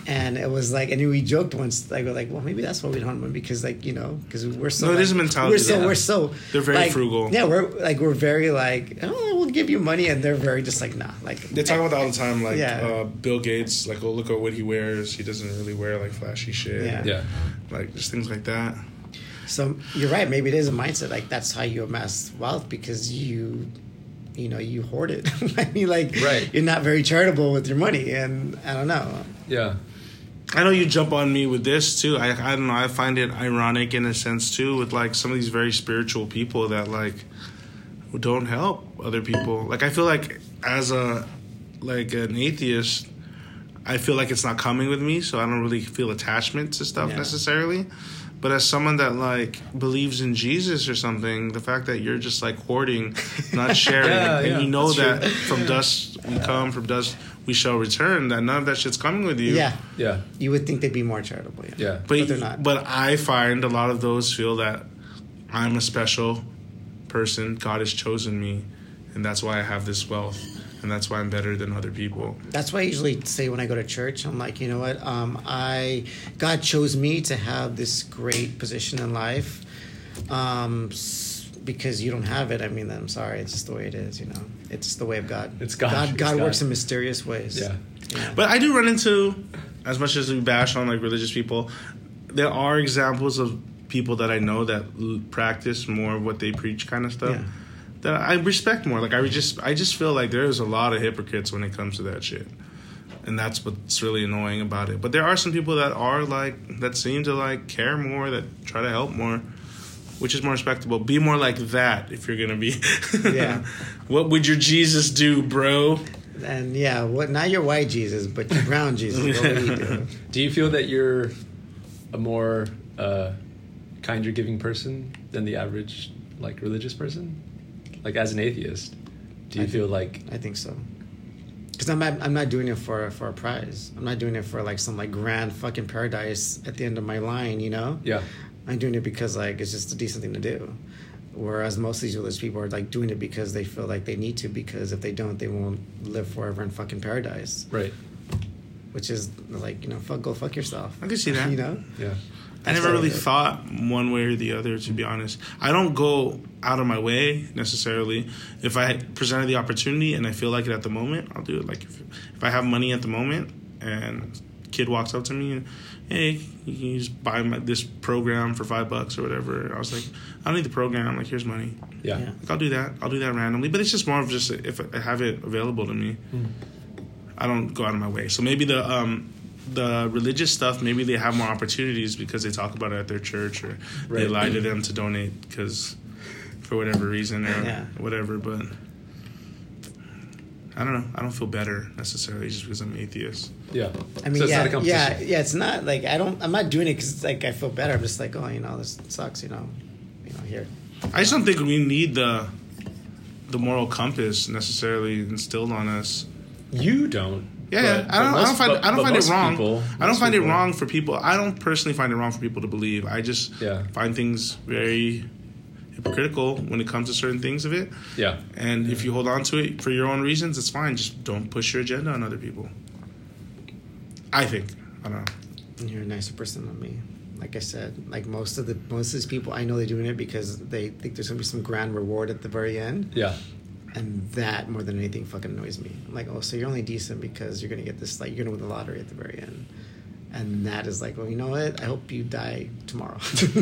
[SPEAKER 3] and it was like, and we joked once, like we're like, well, maybe that's why we don't want because, like, you know, because we're so
[SPEAKER 2] No, it
[SPEAKER 3] like,
[SPEAKER 2] is a mentality,
[SPEAKER 3] We're so
[SPEAKER 2] though.
[SPEAKER 3] we're so
[SPEAKER 2] They're very
[SPEAKER 3] like,
[SPEAKER 2] frugal.
[SPEAKER 3] Yeah, we're like we're very like, oh, we'll give you money, and they're very just like, nah, like
[SPEAKER 2] They talk about that all the time, like
[SPEAKER 3] Yeah.
[SPEAKER 2] uh, Bill Gates. Like, oh, look at what he wears. He doesn't really wear like flashy shit.
[SPEAKER 3] Yeah.
[SPEAKER 6] Yeah.
[SPEAKER 2] Like just things like that.
[SPEAKER 3] So you're right. Maybe it is a mindset. Like that's how you amass wealth because you, you know, you hoard it. I mean, like
[SPEAKER 6] Right.
[SPEAKER 3] you're not very charitable with your money, and I don't know.
[SPEAKER 6] Yeah.
[SPEAKER 2] I know you jump on me with this too. I I don't know. I find it ironic in a sense too, with like some of these very spiritual people that like who don't help other people. Like I feel like as a like an atheist, I feel like it's not coming with me, so I don't really feel attachment to stuff
[SPEAKER 3] Yeah.
[SPEAKER 2] necessarily. But as someone that like believes in Jesus or something, the fact that you're just like hoarding, not sharing,
[SPEAKER 6] Yeah,
[SPEAKER 2] and
[SPEAKER 6] yeah,
[SPEAKER 2] you know
[SPEAKER 6] that's true.
[SPEAKER 2] that from dust we come, from dust we shall return. That none of that shit's coming with you.
[SPEAKER 3] Yeah,
[SPEAKER 6] Yeah.
[SPEAKER 3] you would think they'd be more charitable. Yeah.
[SPEAKER 6] Yeah.
[SPEAKER 2] But,
[SPEAKER 3] But they're not.
[SPEAKER 2] But I find a lot of those feel that I'm a special person. God has chosen me, and that's why I have this wealth, and that's why I'm better than other people.
[SPEAKER 3] That's why I usually say when I go to church, I'm like, you know what? Um, I God chose me to have this great position in life. Um, s- because you don't have it, I mean, I'm sorry. It's just the way it is. You know, it's the way of God.
[SPEAKER 6] It's God.
[SPEAKER 3] God,
[SPEAKER 6] It's
[SPEAKER 3] God
[SPEAKER 6] God.
[SPEAKER 3] works in mysterious ways.
[SPEAKER 6] Yeah.
[SPEAKER 3] Yeah.
[SPEAKER 2] But I do run into, as much as we bash on like religious people, there are examples of people that I know that l- practice more of what they preach, kind of stuff.
[SPEAKER 3] Yeah.
[SPEAKER 2] That I respect more. Like I re- just, I just feel like there is a lot of hypocrites when it comes to that shit, and that's what's really annoying about it. But there are some people that are like that seem to like care more, that try to help more, which is more respectable. Be more like that if you're gonna be.
[SPEAKER 3] Yeah.
[SPEAKER 2] what would your Jesus do, bro?
[SPEAKER 3] And yeah, what not your white Jesus, but your brown Jesus. What would he do?
[SPEAKER 6] Do you feel that you're a more uh, kinder, giving person than the average, like, religious person? Like, as an atheist, do you
[SPEAKER 3] I-
[SPEAKER 6] feel like,
[SPEAKER 3] I think so. Because I'm not, I'm not doing it for for a prize. I'm not doing it for like some like grand fucking paradise at the end of my line, you know.
[SPEAKER 6] yeah,
[SPEAKER 3] I'm doing it because like it's just a decent thing to do. Whereas most of these religious people are like doing it because they feel like they need to because if they don't, they won't live forever in fucking paradise.
[SPEAKER 6] right?
[SPEAKER 3] Which is like you know, fuck, go fuck yourself.
[SPEAKER 2] I can see that.
[SPEAKER 3] You know.
[SPEAKER 6] Yeah.
[SPEAKER 2] I never
[SPEAKER 3] Absolutely.
[SPEAKER 2] really thought one way or the other, to be honest. I don't go out of my way necessarily. If I presented the opportunity and I feel like it at the moment, I'll do it. Like if, if I have money at the moment and kid walks up to me and hey, you can just buy my, this program for five bucks or whatever. I was like, I don't need the program. like, here's money.
[SPEAKER 6] Yeah.
[SPEAKER 3] Yeah.
[SPEAKER 2] Like I'll do that. I'll do that randomly. But it's just more of just if I have it available to me, I don't go out of my way. So maybe the um, the religious stuff, maybe they have more opportunities because they talk about it at their church or they
[SPEAKER 6] Right.
[SPEAKER 2] lie to them to donate because for whatever reason or
[SPEAKER 3] Yeah.
[SPEAKER 2] whatever. But I don't know. I don't feel better necessarily just because I'm atheist.
[SPEAKER 6] Yeah.
[SPEAKER 3] I mean,
[SPEAKER 6] So it's
[SPEAKER 3] yeah,
[SPEAKER 6] not a competition.
[SPEAKER 3] yeah, yeah. It's not like I don't. I'm not doing it because like I feel better. I'm just like, oh, you know, this sucks. You know, you know, here.
[SPEAKER 2] I just don't think we need the the moral compass necessarily instilled on us.
[SPEAKER 6] You don't.
[SPEAKER 2] Yeah, yeah. I
[SPEAKER 6] but-
[SPEAKER 2] don't.
[SPEAKER 6] but
[SPEAKER 2] I don't find.
[SPEAKER 6] most- but-
[SPEAKER 2] I don't
[SPEAKER 6] but
[SPEAKER 2] find it
[SPEAKER 6] most
[SPEAKER 2] wrong.
[SPEAKER 6] people-
[SPEAKER 2] I don't
[SPEAKER 6] most
[SPEAKER 2] find it
[SPEAKER 6] people-
[SPEAKER 2] wrong for people. I don't personally find it wrong for people to believe. I just
[SPEAKER 6] Yeah.
[SPEAKER 2] find things very hypocritical when it comes to certain things of it.
[SPEAKER 6] Yeah,
[SPEAKER 2] And if you hold on to it for your own reasons, it's fine. Just don't push your agenda on other people. I think. I don't know.
[SPEAKER 3] And you're a nicer person than me. Like I said, like most of the most of these people, I know they're doing it because they think there's gonna be some grand reward at the very end,
[SPEAKER 6] yeah,
[SPEAKER 3] and that more than anything fucking annoys me. I'm like, oh, so you're only decent because you're gonna get this, like, you're gonna win the lottery at the very end, and that is like, well, you know what? I hope you die tomorrow.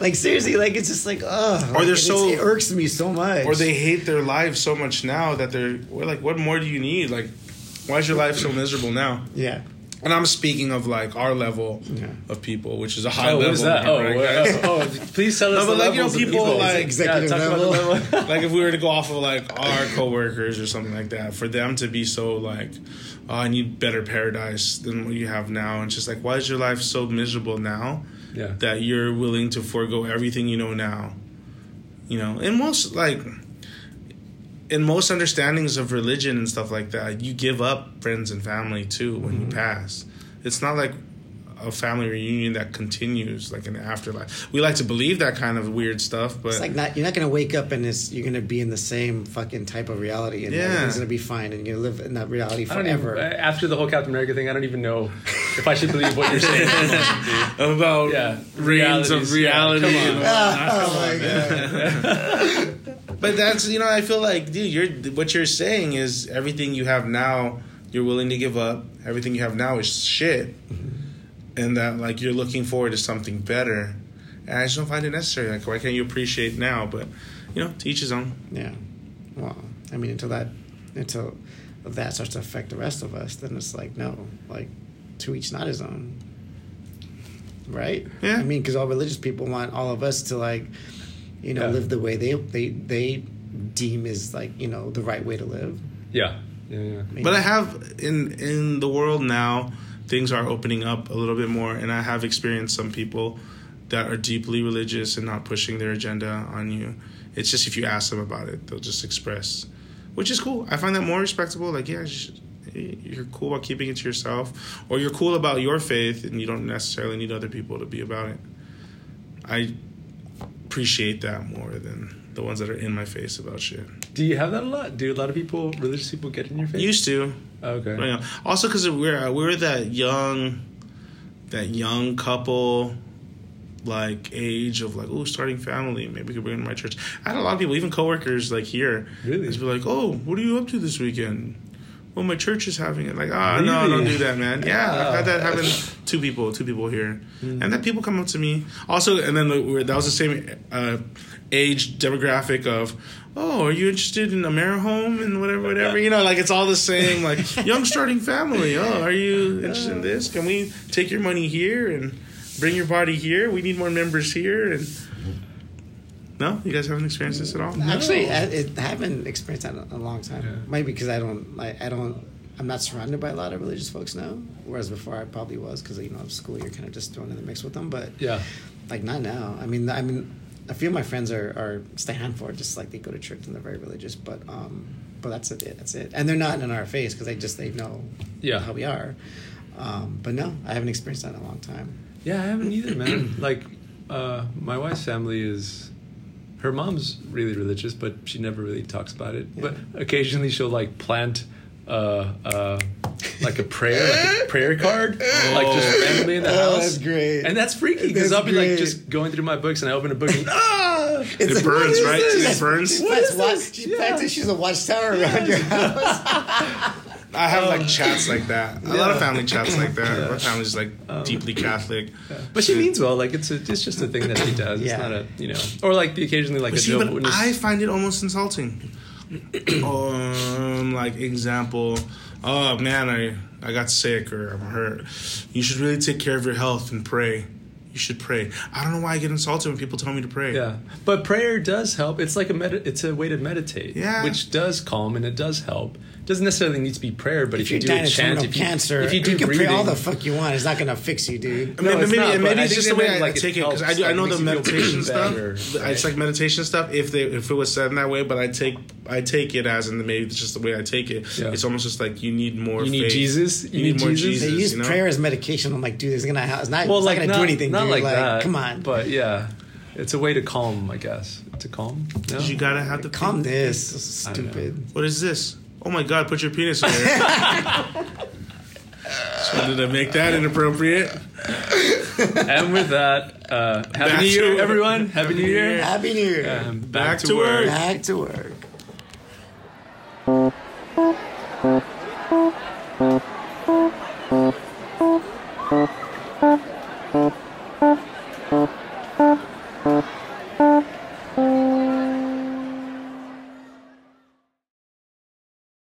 [SPEAKER 3] like seriously, like it's just like, oh,
[SPEAKER 2] Or they're so-
[SPEAKER 3] it irks me so much.
[SPEAKER 2] Or they hate their lives so much now that they're we're like, what more do you need? Like, why is your life so miserable now?
[SPEAKER 3] yeah.
[SPEAKER 2] And I'm speaking of like our level
[SPEAKER 3] Yeah.
[SPEAKER 2] of people, which is a high
[SPEAKER 6] Oh,
[SPEAKER 2] level.
[SPEAKER 6] what is that? Oh,
[SPEAKER 2] right,
[SPEAKER 6] well,
[SPEAKER 2] guys?
[SPEAKER 6] oh, oh, please tell us
[SPEAKER 2] No,
[SPEAKER 6] the
[SPEAKER 2] but like, you know,
[SPEAKER 6] levels of
[SPEAKER 2] people,
[SPEAKER 6] people.
[SPEAKER 2] like,
[SPEAKER 6] Yeah,
[SPEAKER 3] executive
[SPEAKER 6] talk about the
[SPEAKER 3] level.
[SPEAKER 6] level.
[SPEAKER 2] like if we were to go off of like our coworkers or something like that, for them to be so like, oh, I need better paradise than what you have now, and it's just like, why is your life so miserable now
[SPEAKER 6] yeah,
[SPEAKER 2] that you're willing to forego everything you know now? You know, in most like, in most understandings of religion
[SPEAKER 3] Mm-hmm.
[SPEAKER 2] and stuff like that, you give up friends and family too when you pass. It's not like a family reunion that continues like in the afterlife. We like to believe that kind of weird stuff, but
[SPEAKER 3] It's like not you're not gonna wake up and it's you're gonna be in the same fucking type of reality and
[SPEAKER 2] Yeah.
[SPEAKER 3] everything's gonna be fine and you're gonna live in that reality
[SPEAKER 6] I don't even,
[SPEAKER 3] forever.
[SPEAKER 6] after the whole Captain America thing, I don't even know if I should believe what you're saying.
[SPEAKER 2] about
[SPEAKER 6] Yeah.
[SPEAKER 2] reigns
[SPEAKER 6] Realities,
[SPEAKER 2] of
[SPEAKER 6] yeah,
[SPEAKER 2] reality.
[SPEAKER 6] come on.
[SPEAKER 2] and whatnot. But that's you know I feel like dude, you're what you're saying is everything you have now you're willing to give up. Everything you have now is shit,
[SPEAKER 6] Mm-hmm.
[SPEAKER 2] and that like you're looking forward to something better. And I just don't find it necessary. Like why can't you appreciate now? But you know, to each his own.
[SPEAKER 3] yeah. Well, I mean until that until that starts to affect the rest of us, then it's like no, like to each not his own. Right?
[SPEAKER 2] Yeah.
[SPEAKER 3] I mean, because all religious people want all of us to like, you know,
[SPEAKER 6] Yeah.
[SPEAKER 3] live the way they they they deem is like you know the right way to live.
[SPEAKER 6] yeah. Yeah, yeah.
[SPEAKER 2] But I have in in the world now, things are opening up a little bit more, and I have experienced some people that are deeply religious and not pushing their agenda on you. It's just if you ask them about it, they'll just express, which is cool. I find that more respectable. Like, yeah, sh- you're cool about keeping it to yourself, or you're cool about your faith, and you don't necessarily need other people to be about it. I appreciate that more than the ones that are in my face about shit.
[SPEAKER 6] Do you have that a lot? Do a lot of people, religious people, get in your face? Oh,
[SPEAKER 2] Used to,
[SPEAKER 6] okay.
[SPEAKER 2] Right now. Also, because we're uh, we're that young, that young couple, like age of like, oh, starting family. Maybe we could bring it to my church. I had a lot of people, even coworkers, like here,
[SPEAKER 6] Really?
[SPEAKER 2] just be like, oh, what are you up to this weekend? Well, my church is having it. Like, ah, no,
[SPEAKER 6] Really?
[SPEAKER 2] don't do that, man. Yeah,
[SPEAKER 6] Wow.
[SPEAKER 2] I've had that happen. Two people, two people here,
[SPEAKER 6] Hmm.
[SPEAKER 2] and then people come up to me. Also, and then the, we're- that was the same uh, age demographic of, oh, are you interested in a mare home and whatever, whatever. You know, like it's all the same. Like young starting family. Oh, are you interested in this? Can we take your money here and bring your body here? We need more members here. And no, you guys haven't experienced this at all.
[SPEAKER 3] Actually, I, it, I haven't experienced that in a long time.
[SPEAKER 6] Yeah.
[SPEAKER 3] Maybe because I don't, like, I don't, I'm not surrounded by a lot of religious folks now. Whereas before, I probably was because you know, of school, you're kind of just thrown in the mix with them. But
[SPEAKER 6] Yeah.
[SPEAKER 3] like not now. I mean, I mean, a few of my friends are are stay Hanford, just like they go to church and they're very religious. But um, but that's it. That's it. And they're not in our face because they just they know
[SPEAKER 6] Yeah.
[SPEAKER 3] how we are. Um, but no, I haven't experienced that in a long time.
[SPEAKER 6] Yeah, I haven't either, man. like, uh, my wife's family is, her mom's really religious, but she never really talks about it. But occasionally she'll like plant, uh, uh, like a prayer, like a prayer card, like just randomly in the house.
[SPEAKER 3] that's great.
[SPEAKER 6] And that's freaky because
[SPEAKER 3] That's
[SPEAKER 6] I'll be like
[SPEAKER 3] great.
[SPEAKER 6] just going through my books and I open a book and ah,
[SPEAKER 2] it burns, right? It
[SPEAKER 3] this?
[SPEAKER 2] burns.
[SPEAKER 3] What
[SPEAKER 6] is this?
[SPEAKER 3] She
[SPEAKER 6] Yeah.
[SPEAKER 3] practiced- She's a watchtower around your house.
[SPEAKER 2] I have like chats like that. A lot of family chats like that. My family's like deeply Catholic.
[SPEAKER 6] But she means well. Like it's a, it's just a thing that she does. It's
[SPEAKER 3] Yeah.
[SPEAKER 6] not a you know, or like the occasionally like
[SPEAKER 2] But
[SPEAKER 6] a
[SPEAKER 2] see, but
[SPEAKER 6] Jehovah's-
[SPEAKER 2] I find it almost insulting. um, like example, oh man, I I got sick or I'm hurt. You should really take care of your health and pray. You should pray. I don't know why I get insulted when people tell me to pray.
[SPEAKER 6] yeah. But prayer does help. It's like a med- it's a way to meditate.
[SPEAKER 2] Yeah.
[SPEAKER 6] which does calm and it does help. doesn't necessarily need to be prayer, but if,
[SPEAKER 3] If
[SPEAKER 6] you
[SPEAKER 3] you're
[SPEAKER 6] do a
[SPEAKER 3] dying of
[SPEAKER 6] chant,
[SPEAKER 3] terminal
[SPEAKER 6] if you,
[SPEAKER 3] cancer,
[SPEAKER 6] if you do
[SPEAKER 3] can
[SPEAKER 6] breathing,
[SPEAKER 3] pray all the fuck you want. It's not gonna fix you, dude.
[SPEAKER 6] No,
[SPEAKER 2] maybe
[SPEAKER 6] it's
[SPEAKER 2] maybe,
[SPEAKER 6] not,
[SPEAKER 2] and
[SPEAKER 6] but
[SPEAKER 2] maybe
[SPEAKER 6] I
[SPEAKER 2] it's
[SPEAKER 6] think
[SPEAKER 2] just
[SPEAKER 6] they
[SPEAKER 2] the way
[SPEAKER 6] meant,
[SPEAKER 2] I
[SPEAKER 6] like,
[SPEAKER 2] like
[SPEAKER 6] it
[SPEAKER 2] take it because I
[SPEAKER 6] helps,
[SPEAKER 2] do. I
[SPEAKER 6] like,
[SPEAKER 2] know
[SPEAKER 6] makes
[SPEAKER 2] the
[SPEAKER 6] you feel
[SPEAKER 2] meditation stuff.
[SPEAKER 6] better,
[SPEAKER 2] It's like meditation stuff. If they if it was said in that way, but I take I take it as and maybe it's just the way I take it.
[SPEAKER 6] Yeah.
[SPEAKER 2] It's almost just like you need more.
[SPEAKER 6] You need
[SPEAKER 2] faith.
[SPEAKER 6] Jesus?
[SPEAKER 2] You, need, more Jesus.
[SPEAKER 3] They use
[SPEAKER 2] you know?
[SPEAKER 3] prayer as medication. I'm like, dude, this is gonna it's not,
[SPEAKER 6] well,
[SPEAKER 3] it's
[SPEAKER 6] like
[SPEAKER 3] not gonna
[SPEAKER 6] not,
[SPEAKER 3] do anything.
[SPEAKER 6] not
[SPEAKER 3] dude.
[SPEAKER 6] like, that.
[SPEAKER 3] come on,
[SPEAKER 6] but yeah, it's a way to calm, I guess. To calm, no?
[SPEAKER 2] You gotta have the
[SPEAKER 3] calm this.
[SPEAKER 6] I don't know.
[SPEAKER 3] Stupid.
[SPEAKER 2] What is this? Oh my God! Put your penis in there. Just wanted to make that inappropriate.
[SPEAKER 6] and with that, uh, happy
[SPEAKER 2] Back
[SPEAKER 6] New Year,
[SPEAKER 2] to-
[SPEAKER 6] everyone. Happy New Year.
[SPEAKER 3] Happy New Year.
[SPEAKER 6] Um, back,
[SPEAKER 2] Back
[SPEAKER 6] to,
[SPEAKER 2] to
[SPEAKER 6] work.
[SPEAKER 2] work.
[SPEAKER 3] Back to work.